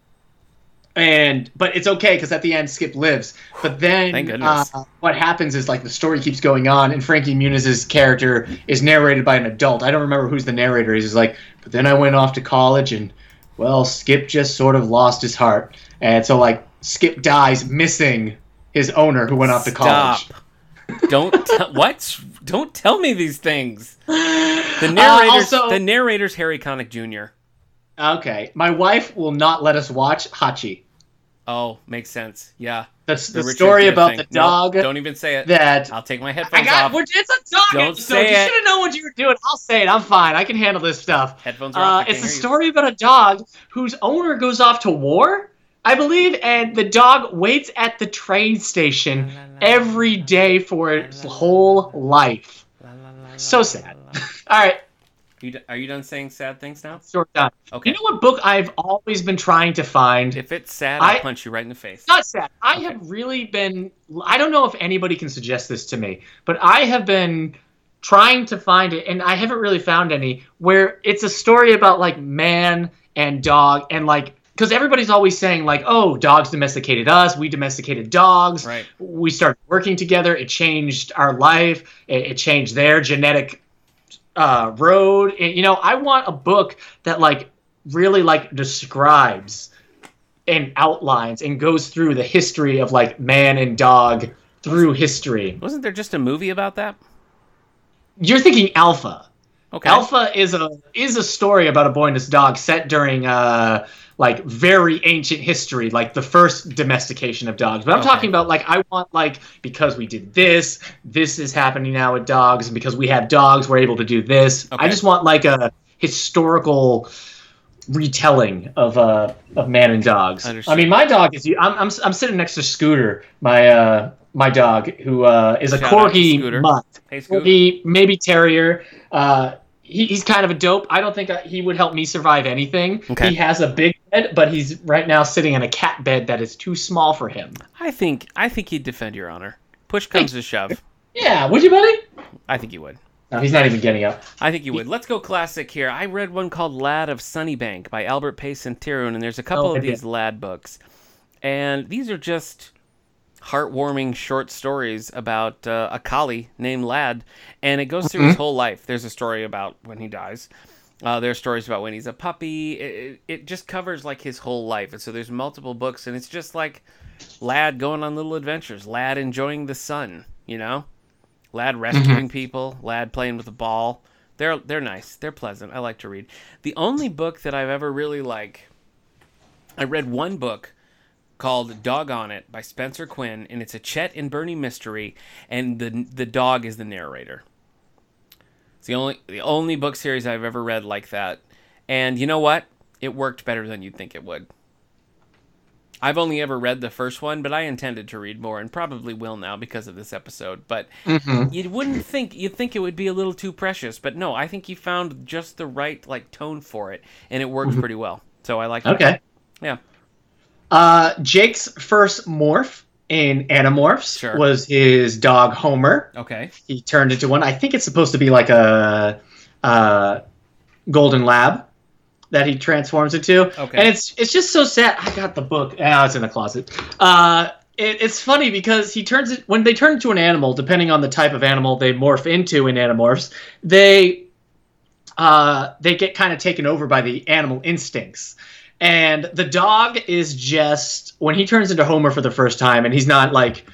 Speaker 1: and but it's okay because at the end Skip lives. But then
Speaker 2: Thank goodness.
Speaker 1: Uh, what happens is like the story keeps going on, and Frankie Muniz's character is narrated by an adult. I don't remember who's the narrator. is. He's like, but then I went off to college, and well, Skip just sort of lost his heart, and so like Skip dies missing his owner who went off to college.
Speaker 2: Stop. don't t- what? Don't tell me these things. The
Speaker 1: The
Speaker 2: narrator's
Speaker 1: Uh, also,
Speaker 2: the narrator's Harry Connick Jr.
Speaker 1: okay, my wife will not let us watch Hachi.
Speaker 2: Oh, makes sense. Yeah,
Speaker 1: That's the,
Speaker 2: Richard
Speaker 1: story
Speaker 2: Gere
Speaker 1: about
Speaker 2: thing.
Speaker 1: the dog
Speaker 2: Nope, don't even say it.
Speaker 1: that
Speaker 2: I'll take my
Speaker 1: I
Speaker 2: headphones
Speaker 1: got.
Speaker 2: off.
Speaker 1: We're, it's a dog
Speaker 2: Don't
Speaker 1: episode.
Speaker 2: say
Speaker 1: you
Speaker 2: it.
Speaker 1: should have known what you were doing. I'll say it. I'm fine. I can handle this stuff.
Speaker 2: Headphones are
Speaker 1: Uh,
Speaker 2: off. I
Speaker 1: it's
Speaker 2: can't
Speaker 1: a
Speaker 2: hear you.
Speaker 1: story about a dog whose owner goes off to war, I believe, and the dog waits at the train station every day for its whole life. So sad. All right,
Speaker 2: You d- are you done saying sad things now?
Speaker 1: short done.
Speaker 2: Okay.
Speaker 1: You know what book I've always been trying to find?
Speaker 2: If it's sad, I'll
Speaker 1: I-
Speaker 2: punch you right in the face.
Speaker 1: It's not sad. I
Speaker 2: Okay.
Speaker 1: have really been. I don't know if anybody can suggest this to me, but I have been trying to find it, and I haven't really found any where it's a story about like man and dog and like because everybody's always saying like, "Oh, dogs domesticated us. We domesticated dogs.
Speaker 2: Right.
Speaker 1: We started working together. It changed our life. It, it changed their genetic uh, road." And, you know, I want a book that like really like describes and outlines and goes through the history of like man and dog through history.
Speaker 2: Wasn't there just a movie about that?
Speaker 1: You're thinking Alpha.
Speaker 2: Okay.
Speaker 1: Alpha is a is a story about a boy and his dog set during uh like very ancient history, like the first domestication of dogs. But I'm
Speaker 2: Okay.
Speaker 1: talking about like I want like because we did this, this is happening now with dogs, and because we have dogs, we're able to do this.
Speaker 2: Okay.
Speaker 1: I just want like a historical retelling of uh of man and dogs.
Speaker 2: Understood.
Speaker 1: I mean, my dog is I'm I'm, I'm sitting next to Scooter, my uh my dog who uh is a
Speaker 2: Shout out to
Speaker 1: corgi
Speaker 2: Scooter.
Speaker 1: mutt.
Speaker 2: Hey, Scoop.
Speaker 1: Corgi, maybe Terrier. Uh, he, he's kind of a dope. I don't think I, he would help me survive anything.
Speaker 2: Okay.
Speaker 1: He has a big bed, but he's right now sitting in a cat bed that is too small for him.
Speaker 2: I think I think he'd defend your honor. Push comes to shove,
Speaker 1: Yeah, would you, buddy?
Speaker 2: I think he would.
Speaker 1: No, he's not even getting up.
Speaker 2: I think you would. Let's go classic here. I read one called Lad of Sunnybank by Albert Pace and Tyrone, and there's a couple
Speaker 1: Oh,
Speaker 2: of
Speaker 1: yeah.
Speaker 2: these lad books. And these are just heartwarming short stories about uh, a collie named Lad, and it goes through his whole life. There's a story about when he dies. Uh, there are stories about when he's a puppy. It, it, it just covers like his whole life, and so there's multiple books, and it's just like Lad going on little adventures, Lad enjoying the sun, you know, Lad rescuing people, Lad playing with a ball. They're they're nice. They're pleasant. I like to read. The only book that I've ever really like, I read one book called Dog on It by Spencer Quinn, and it's a Chet and Bernie mystery, and the the dog is the narrator. It's the only the only book series I've ever read like that, and you know what? It worked better than you'd think it would. I've only ever read the first one, but I intended to read more and probably will now because of this episode. But you wouldn't think you'd think it would be a little too precious, but no, I think he found just the right like tone for it, and it worked pretty well. So I like it.
Speaker 1: Mm-hmm. Okay.
Speaker 2: Yeah.
Speaker 1: Uh, Jake's first morph in Animorphs
Speaker 2: Sure.
Speaker 1: was his dog Homer.
Speaker 2: Okay.
Speaker 1: He turned into one. I think it's supposed to be like a uh, golden lab that he transforms into.
Speaker 2: Okay.
Speaker 1: And it's it's just so sad. I got the book. Ah, it's in the closet. Uh, it, it's funny because he turns it when they turn into an animal, depending on the type of animal they morph into in Animorphs, they uh, they get kind of taken over by the animal instincts. And the dog is just when he turns into Homer for the first time, and he's not like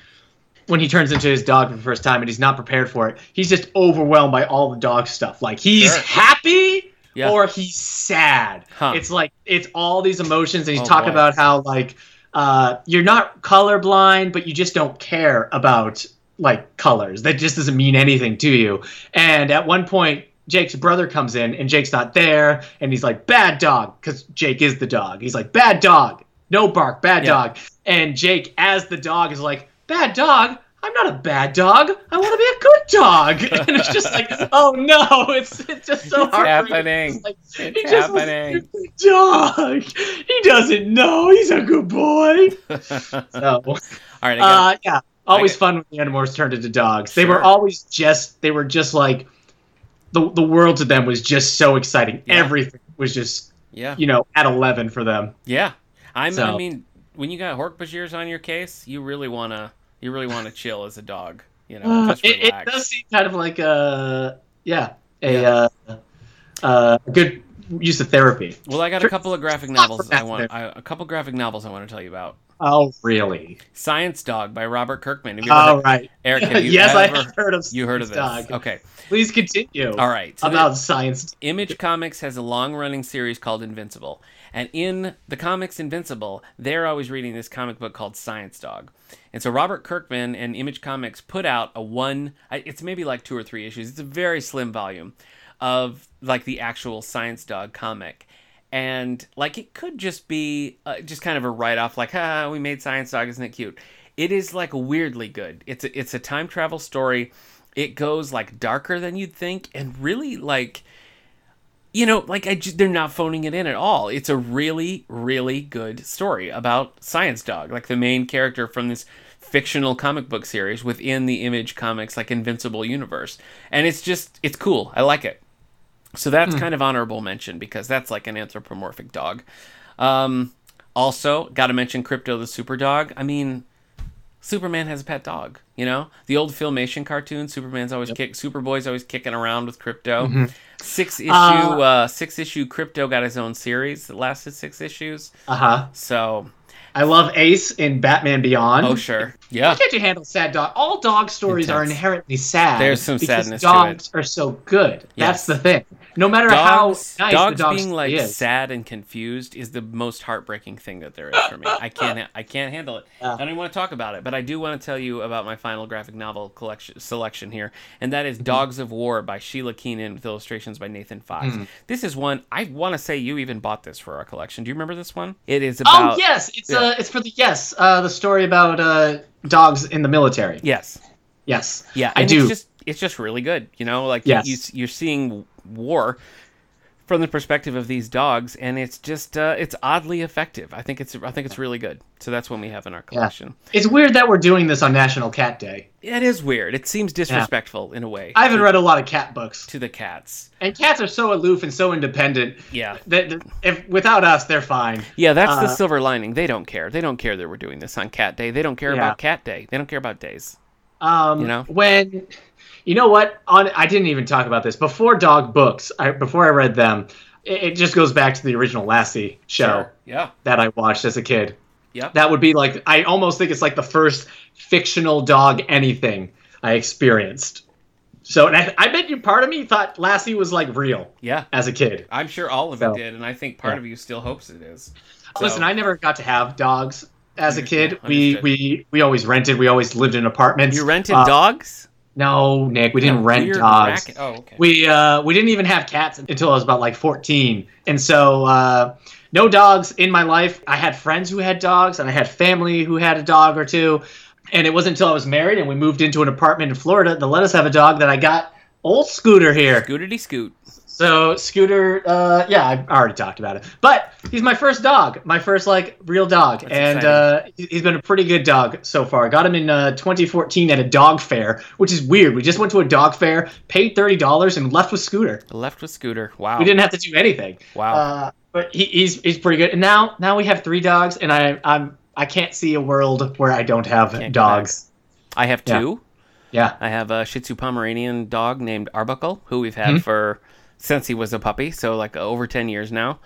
Speaker 1: when he turns into his dog for the first time, and he's not prepared for it. He's just overwhelmed by all the dog stuff. Like he's
Speaker 2: Sure.
Speaker 1: happy
Speaker 2: Yeah.
Speaker 1: or he's sad.
Speaker 2: Huh.
Speaker 1: It's like it's all these emotions, and he's
Speaker 2: Oh,
Speaker 1: talking
Speaker 2: boy.
Speaker 1: about how like uh, you're not colorblind, but you just don't care about like colors. That just doesn't mean anything to you. And at one point, Jake's brother comes in, and Jake's not there, and he's like, "Bad dog," because Jake is the dog. He's like, "Bad dog, no bark, bad
Speaker 2: Yeah.
Speaker 1: dog." And Jake, as the dog, is like, "Bad dog." I'm not a bad dog. I want to be a good dog. And it's just like, oh no, it's it's just so
Speaker 2: It's
Speaker 1: hard.
Speaker 2: happening.
Speaker 1: Like,
Speaker 2: It's
Speaker 1: he just was a
Speaker 2: happening.
Speaker 1: stupid dog. He doesn't know. He's a good boy. So,
Speaker 2: All right. I got
Speaker 1: uh, yeah, always
Speaker 2: I
Speaker 1: fun when the Animorphs turned into dogs. They
Speaker 2: Sure.
Speaker 1: were always just. They were just like the the world to them was just so exciting.
Speaker 2: Yeah.
Speaker 1: Everything was just
Speaker 2: yeah.
Speaker 1: you know at eleven for them.
Speaker 2: Yeah. I'm, I
Speaker 1: So-
Speaker 2: mean, when you got Hork-Bajir's on your case, you really wanna you really wanna chill as a dog. You know,
Speaker 1: Uh,
Speaker 2: just
Speaker 1: it, it
Speaker 2: relax.
Speaker 1: does seem kind of like a yeah a
Speaker 2: Yeah.
Speaker 1: Uh, uh, good use of therapy.
Speaker 2: Well, I got a
Speaker 1: Sure.
Speaker 2: couple of graphic
Speaker 1: Stop
Speaker 2: novels
Speaker 1: for
Speaker 2: I
Speaker 1: that
Speaker 2: want. I, a couple graphic novels I want to tell you about.
Speaker 1: Oh really?
Speaker 2: Science Dog by Robert Kirkman. Have you ever
Speaker 1: All
Speaker 2: heard,
Speaker 1: right.
Speaker 2: Eric, have you
Speaker 1: Oh, yes, I
Speaker 2: ever,
Speaker 1: have heard of
Speaker 2: you heard of this?
Speaker 1: Dog.
Speaker 2: Okay.
Speaker 1: Please continue.
Speaker 2: All right. So
Speaker 1: about science.
Speaker 2: Image Comics has a long running series called Invincible. And in the comics Invincible, they're always reading this comic book called Science Dog. And so Robert Kirkman and Image Comics put out a one, I- it's maybe like two or three issues. It's a very slim volume of like the actual Science Dog comic. And like it could just be uh, just kind of a write off, like, ah, we made Science Dog, isn't it cute? It is like weirdly good. It's a, it's a time travel story. It goes like darker than you'd think and really like you know, like I, ju- they're not phoning it in at all. It's a really, really good story about Science Dog, like the main character from this fictional comic book series within the Image Comics, like Invincible universe, and it's just, it's cool. I like it. So that's kind of honorable mention because that's like an anthropomorphic dog. Um, Also, got to mention Crypto the Superdog. I mean, Superman has a pet dog, you know? The old filmation cartoon, Superman's always kick Superboy's always kicking around with Crypto.
Speaker 1: Mhm.
Speaker 2: Six issue uh,
Speaker 1: Uh,
Speaker 2: six issue Crypto got his own series that lasted 6 issues.
Speaker 1: Uh huh.
Speaker 2: So,
Speaker 1: I love Ace in Batman Beyond.
Speaker 2: oh sure.
Speaker 1: Why
Speaker 2: Yeah.
Speaker 1: can't you handle sad dog? All dog stories are
Speaker 2: Intense.
Speaker 1: inherently sad.
Speaker 2: There's some
Speaker 1: because
Speaker 2: sadness to it.
Speaker 1: Dogs are so good. That's
Speaker 2: Yes.
Speaker 1: the thing. No matter
Speaker 2: Dogs,
Speaker 1: how nice
Speaker 2: dogs
Speaker 1: the dog
Speaker 2: being
Speaker 1: story
Speaker 2: like
Speaker 1: is,
Speaker 2: sad and confused is the most heartbreaking thing that there is for me. I can't I can't handle it.
Speaker 1: Yeah.
Speaker 2: I don't even want to talk about it, but I do want to tell you about my final graphic novel collection selection here, and that
Speaker 1: Mm-hmm.
Speaker 2: is Dogs of War by Sheila Keenan with illustrations by Nathan Fox.
Speaker 1: Mhm.
Speaker 2: This is one I want to say you even bought this for our collection. Do you remember this one? It is
Speaker 1: Oh
Speaker 2: about
Speaker 1: yes, it's
Speaker 2: yeah.
Speaker 1: uh, it's for the yes, uh, the story about uh, dogs in the military.
Speaker 2: yes.
Speaker 1: Yes,
Speaker 2: Yeah,
Speaker 1: I
Speaker 2: and It's
Speaker 1: do.
Speaker 2: just it's just really good, you know. Like
Speaker 1: Yes.
Speaker 2: you, you're seeing war from the perspective of these dogs, and it's just uh, it's oddly effective. I think it's I think it's really good. So that's one we have in our collection.
Speaker 1: it's weird that we're doing this on National Cat Day.
Speaker 2: It is weird. It seems disrespectful in a way.
Speaker 1: I haven't
Speaker 2: to-
Speaker 1: read a lot of cat books,
Speaker 2: to the cats.
Speaker 1: and cats are so aloof and so independent
Speaker 2: Yeah,
Speaker 1: that that if without us, they're fine.
Speaker 2: yeah. That's the
Speaker 1: Uh,
Speaker 2: silver lining. They don't care. They don't care that we're doing this on Cat Day. They don't care
Speaker 1: Yeah.
Speaker 2: about Cat Day. They don't care about days.
Speaker 1: Um,
Speaker 2: You know?
Speaker 1: when you know what on I didn't even talk about this before dog books. I, before I read them, it, it just goes back to the original Lassie show
Speaker 2: Sure. Yeah.
Speaker 1: that I watched as a kid.
Speaker 2: Yep.
Speaker 1: That would be like I almost think it's like the first fictional dog anything I experienced. So and I, I bet you part of me thought Lassie was like real
Speaker 2: Yeah.
Speaker 1: as a kid.
Speaker 2: I'm sure all of
Speaker 1: So-
Speaker 2: it did, and I think part
Speaker 1: yeah.
Speaker 2: of you still hopes it is.
Speaker 1: Listen, I never got to have dogs as a kid.
Speaker 2: Understood,
Speaker 1: We
Speaker 2: understood.
Speaker 1: we we always rented. We always lived in apartments.
Speaker 2: you rented
Speaker 1: Uh,
Speaker 2: dogs.
Speaker 1: No, Nick, we didn't
Speaker 2: What a
Speaker 1: rent
Speaker 2: weird
Speaker 1: dogs.
Speaker 2: racket- Oh, okay.
Speaker 1: We uh, we didn't even have cats until I was about like 14, and so uh, no dogs in my life. I had friends who had dogs, and I had family who had a dog or two. And it wasn't until I was married and we moved into an apartment in Florida that let us have a dog that I got old Scooter here.
Speaker 2: Scootity scoot.
Speaker 1: So Scooter, uh, yeah, I already talked about it, but he's my first dog, my first like real dog,
Speaker 2: That's
Speaker 1: and uh,
Speaker 2: exciting.
Speaker 1: he- he's been a pretty good dog so far. Got him in uh, 2014 at a dog fair, which is weird. We just went to a dog fair, paid thirty dollars, and left with Scooter.
Speaker 2: Left with Scooter. Wow.
Speaker 1: We didn't have to do anything.
Speaker 2: wow.
Speaker 1: Uh, but he, he's he's pretty good. And now now we have three dogs, and I I'm I can't see a world where I don't have
Speaker 2: Can't go
Speaker 1: dogs.
Speaker 2: I have
Speaker 1: yeah.
Speaker 2: two.
Speaker 1: Yeah.
Speaker 2: I have a Shih Tzu Pomeranian dog named Arbuckle, who we've had
Speaker 1: Mhm.
Speaker 2: for since he was a puppy, so like over ten years now.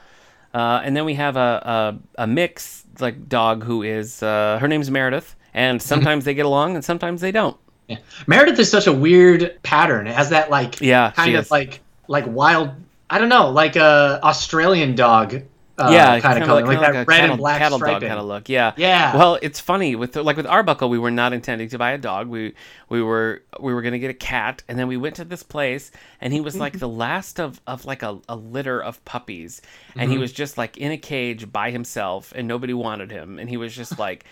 Speaker 2: Uh, and then we have a, a a mix like dog who is uh, her name's Meredith,
Speaker 1: Mm-hmm.
Speaker 2: and sometimes they get along and sometimes they don't.
Speaker 1: Meredith is such a weird pattern. It has that like
Speaker 2: Yeah, she
Speaker 1: kind of
Speaker 2: is.
Speaker 1: like like wild. I don't know, like a Australian dog. Uh,
Speaker 2: yeah,
Speaker 1: kind of color, like, that
Speaker 2: a
Speaker 1: red
Speaker 2: cattle,
Speaker 1: and black
Speaker 2: cattle dog
Speaker 1: striping.
Speaker 2: kind of look. Yeah.
Speaker 1: Yeah.
Speaker 2: Well, it's funny with like with Arbuckle, we were not intending to buy a dog. We we were we were gonna get a cat, and then we went to this place, and he was like
Speaker 1: Mm-hmm.
Speaker 2: the last of of like a, a litter of puppies, and he
Speaker 1: Mhm.
Speaker 2: was just like in a cage by himself, and nobody wanted him, and he was just like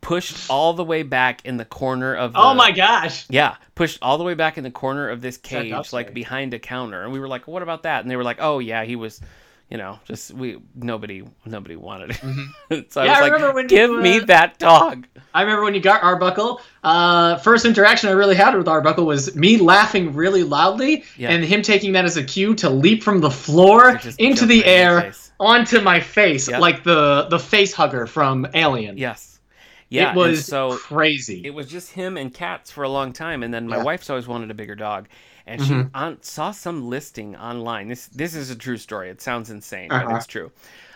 Speaker 2: pushed all the way back in the corner of. The,
Speaker 1: oh my gosh.
Speaker 2: yeah, pushed all the way back in the corner of this
Speaker 1: that
Speaker 2: cage,
Speaker 1: dog's
Speaker 2: like
Speaker 1: name?
Speaker 2: behind a counter, and we were like, "What about that?" And they were like, "Oh yeah, he was, you know, just we nobody nobody wanted." it. so
Speaker 1: Mm-hmm. Yeah, I
Speaker 2: I was
Speaker 1: remember
Speaker 2: like,
Speaker 1: when
Speaker 2: "Give
Speaker 1: you,
Speaker 2: me
Speaker 1: uh,
Speaker 2: that dog."
Speaker 1: I remember when you got Arbuckle. Uh, first interaction I really had with Arbuckle was me laughing really loudly
Speaker 2: Yeah.
Speaker 1: and him taking that as a cue to leap from the floor
Speaker 2: It just
Speaker 1: into
Speaker 2: jumped
Speaker 1: the
Speaker 2: right in your
Speaker 1: air
Speaker 2: face.
Speaker 1: onto my face
Speaker 2: Yeah.
Speaker 1: like the the face hugger from Alien.
Speaker 2: Yes, yeah.
Speaker 1: it
Speaker 2: and
Speaker 1: was
Speaker 2: so
Speaker 1: crazy.
Speaker 2: it was just him and cats for a long time, and then my
Speaker 1: Yeah.
Speaker 2: wife's always wanted a bigger dog, and she
Speaker 1: Mhm.
Speaker 2: on, saw some listing online. This this is a true story. It sounds insane, but
Speaker 1: Uh-huh.
Speaker 2: it's true.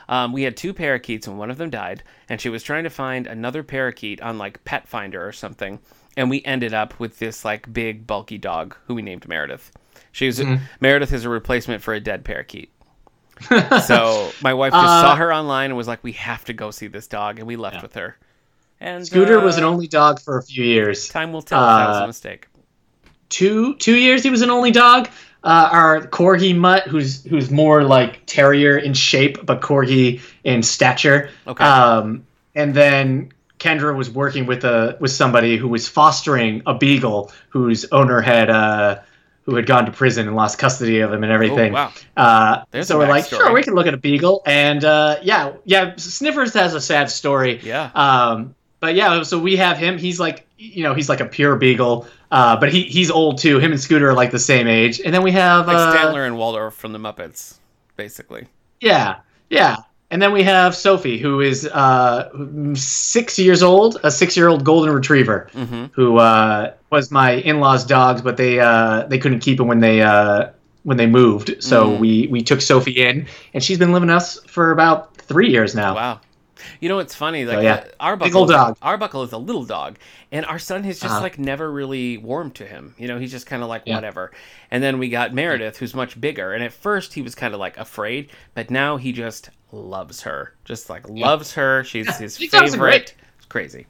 Speaker 2: Um, we had two parakeets, and one of them died, and she was trying to find another parakeet on like Pet Finder or something, and we ended up with this like big bulky dog who we named Meredith. She was
Speaker 1: Mhm.
Speaker 2: Meredith is a replacement for a dead parakeet. so my wife just
Speaker 1: Uh,
Speaker 2: saw her online and was like, "We have to go see this dog," and we left with her. And
Speaker 1: Scooter was
Speaker 2: uh,
Speaker 1: an only dog for a few years.
Speaker 2: Time will tell if that was a
Speaker 1: Uh,
Speaker 2: mistake.
Speaker 1: two two years he was an only dog. Uh, our corgi mutt, who's who's more like terrier in shape, but corgi in stature.
Speaker 2: Okay.
Speaker 1: Um, and then Kendra was working with a with somebody who was fostering a beagle, whose owner had uh, who had gone to prison and lost custody of him and everything.
Speaker 2: Oh, wow.
Speaker 1: Uh,
Speaker 2: There's
Speaker 1: so
Speaker 2: a
Speaker 1: we're like,
Speaker 2: backstory.
Speaker 1: sure, we can look at a beagle, and uh, yeah, yeah. Sniffers has a sad story.
Speaker 2: Yeah.
Speaker 1: Um, but yeah, so we have him. He's like, you know, he's like a pure beagle. Uh, but he he's old too. Him and Scooter are like the same age. And then we have
Speaker 2: Like
Speaker 1: uh,
Speaker 2: Statler and Waldorf from the Muppets, basically.
Speaker 1: yeah, yeah. And then we have Sophie, who is uh, six years old, a six-year-old golden retriever,
Speaker 2: Mm-hmm.
Speaker 1: who uh, was my in-laws' dogs, but they uh, they couldn't keep him when they uh, when they moved. So
Speaker 2: Mm.
Speaker 1: we we took Sophie in, and she's been living with us for about three years now.
Speaker 2: Wow. You know what's funny? Like
Speaker 1: yeah.
Speaker 2: uh, Arbuckle,
Speaker 1: Big old dog.
Speaker 2: Arbuckle is a little dog, and our son has just
Speaker 1: Uh-huh.
Speaker 2: like never really warmed to him. You know, he's just kind of like
Speaker 1: Yeah.
Speaker 2: whatever. And then we got Meredith, who's much bigger, and at first he was kind of like afraid, but now he just loves her. Just like loves her. She's his
Speaker 1: She does
Speaker 2: favorite. It's crazy.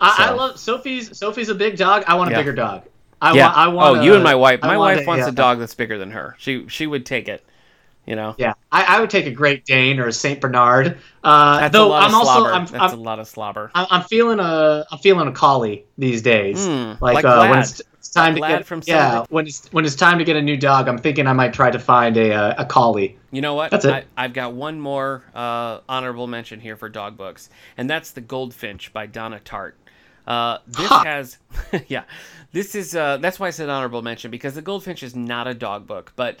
Speaker 1: I, I
Speaker 2: So-
Speaker 1: love Sophie's. Sophie's a big dog. I want a
Speaker 2: Yeah.
Speaker 1: bigger dog. I
Speaker 2: yeah.
Speaker 1: want. I want.
Speaker 2: oh,
Speaker 1: a-
Speaker 2: you and my wife.
Speaker 1: I
Speaker 2: My
Speaker 1: want
Speaker 2: wife wants
Speaker 1: yeah.
Speaker 2: a dog that's bigger than her. She she would take it. You know.
Speaker 1: Yeah, I, I would take a Great Dane or a Saint Bernard. Uh,
Speaker 2: That's
Speaker 1: though
Speaker 2: a lot
Speaker 1: I'm
Speaker 2: of slobber.
Speaker 1: also I'm,
Speaker 2: that's
Speaker 1: I'm,
Speaker 2: a lot of slobber.
Speaker 1: I'm I'm feeling a I'm feeling a collie these days.
Speaker 2: Mm,
Speaker 1: Like, uh, when
Speaker 2: Vlad.
Speaker 1: it's, it's time
Speaker 2: Like
Speaker 1: to
Speaker 2: Vlad
Speaker 1: get
Speaker 2: from
Speaker 1: yeah
Speaker 2: Sunday.
Speaker 1: when it's when it's time to get a new dog, I'm thinking I might try to find a uh, a collie.
Speaker 2: You know what?
Speaker 1: That's
Speaker 2: I,
Speaker 1: it.
Speaker 2: I've got one more uh, honorable mention here for dog books, and that's The Goldfinch by Donna Tartt. Uh, this
Speaker 1: Ha!
Speaker 2: has, yeah, this is, uh, that's why I said honorable mention, because The Goldfinch is not a dog book, but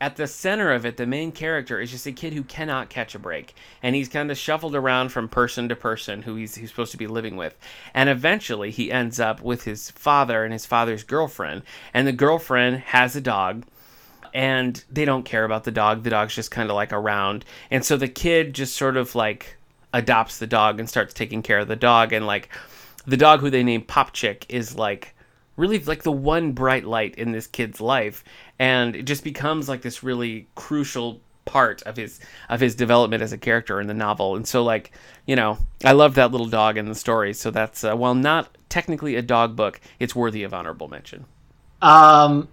Speaker 2: at the center of it, the main character is just a kid who cannot catch a break, and he's kind of shuffled around from person to person who he's, he's supposed to be living with. And eventually, he ends up with his father and his father's girlfriend, and the girlfriend has a dog and they don't care about the dog. The dog's just kind of like around. And so the kid just sort of like adopts the dog and starts taking care of the dog. And like the dog who they name Popchick is like really like the one bright light in this kid's life. And it just becomes like this really crucial part of his of his development as a character in the novel. And so like, you know, I love that little dog in the story. So that's uh, while not technically a dog book, it's worthy of honorable mention.
Speaker 1: Um,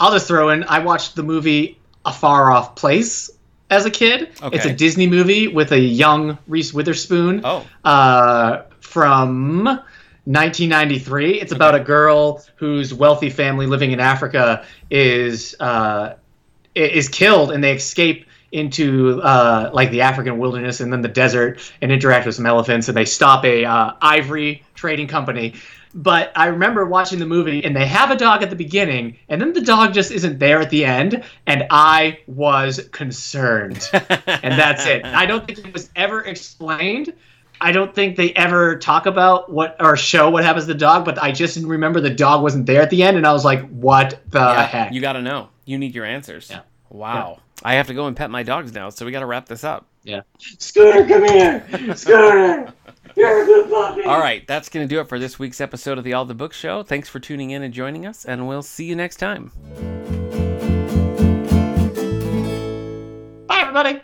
Speaker 1: I'll just throw in. I watched the movie A Far Off Place as a kid. It's
Speaker 2: Okay.
Speaker 1: a Disney movie with a young Reese Witherspoon.
Speaker 2: Oh.
Speaker 1: uh, from 1993. It's about a girl whose wealthy family living in Africa is uh, i- is killed, and they escape into uh, like the African wilderness and then the desert and interact with some elephants, and they stop a uh, ivory trading company. But I remember watching the movie, and they have a dog at the beginning, and then the dog just isn't there at the end, and I was concerned and that's it. I don't think it was ever explained. I don't think they ever talk about what or show what happens to the dog, but I just remember the dog wasn't there at the end, and I was like, "What the
Speaker 2: Yeah,
Speaker 1: Uh, heck?"
Speaker 2: You got to know. You need your answers.
Speaker 1: Yeah.
Speaker 2: Wow. I have to go and pet my dogs now, so we got to wrap this up.
Speaker 1: Scooter, come here, Scooter. You're a good puppy.
Speaker 2: All right, that's going to do it for this week's episode of the All the Book Show. Thanks for tuning in and joining us, and we'll see you next time.
Speaker 1: Bye, everybody.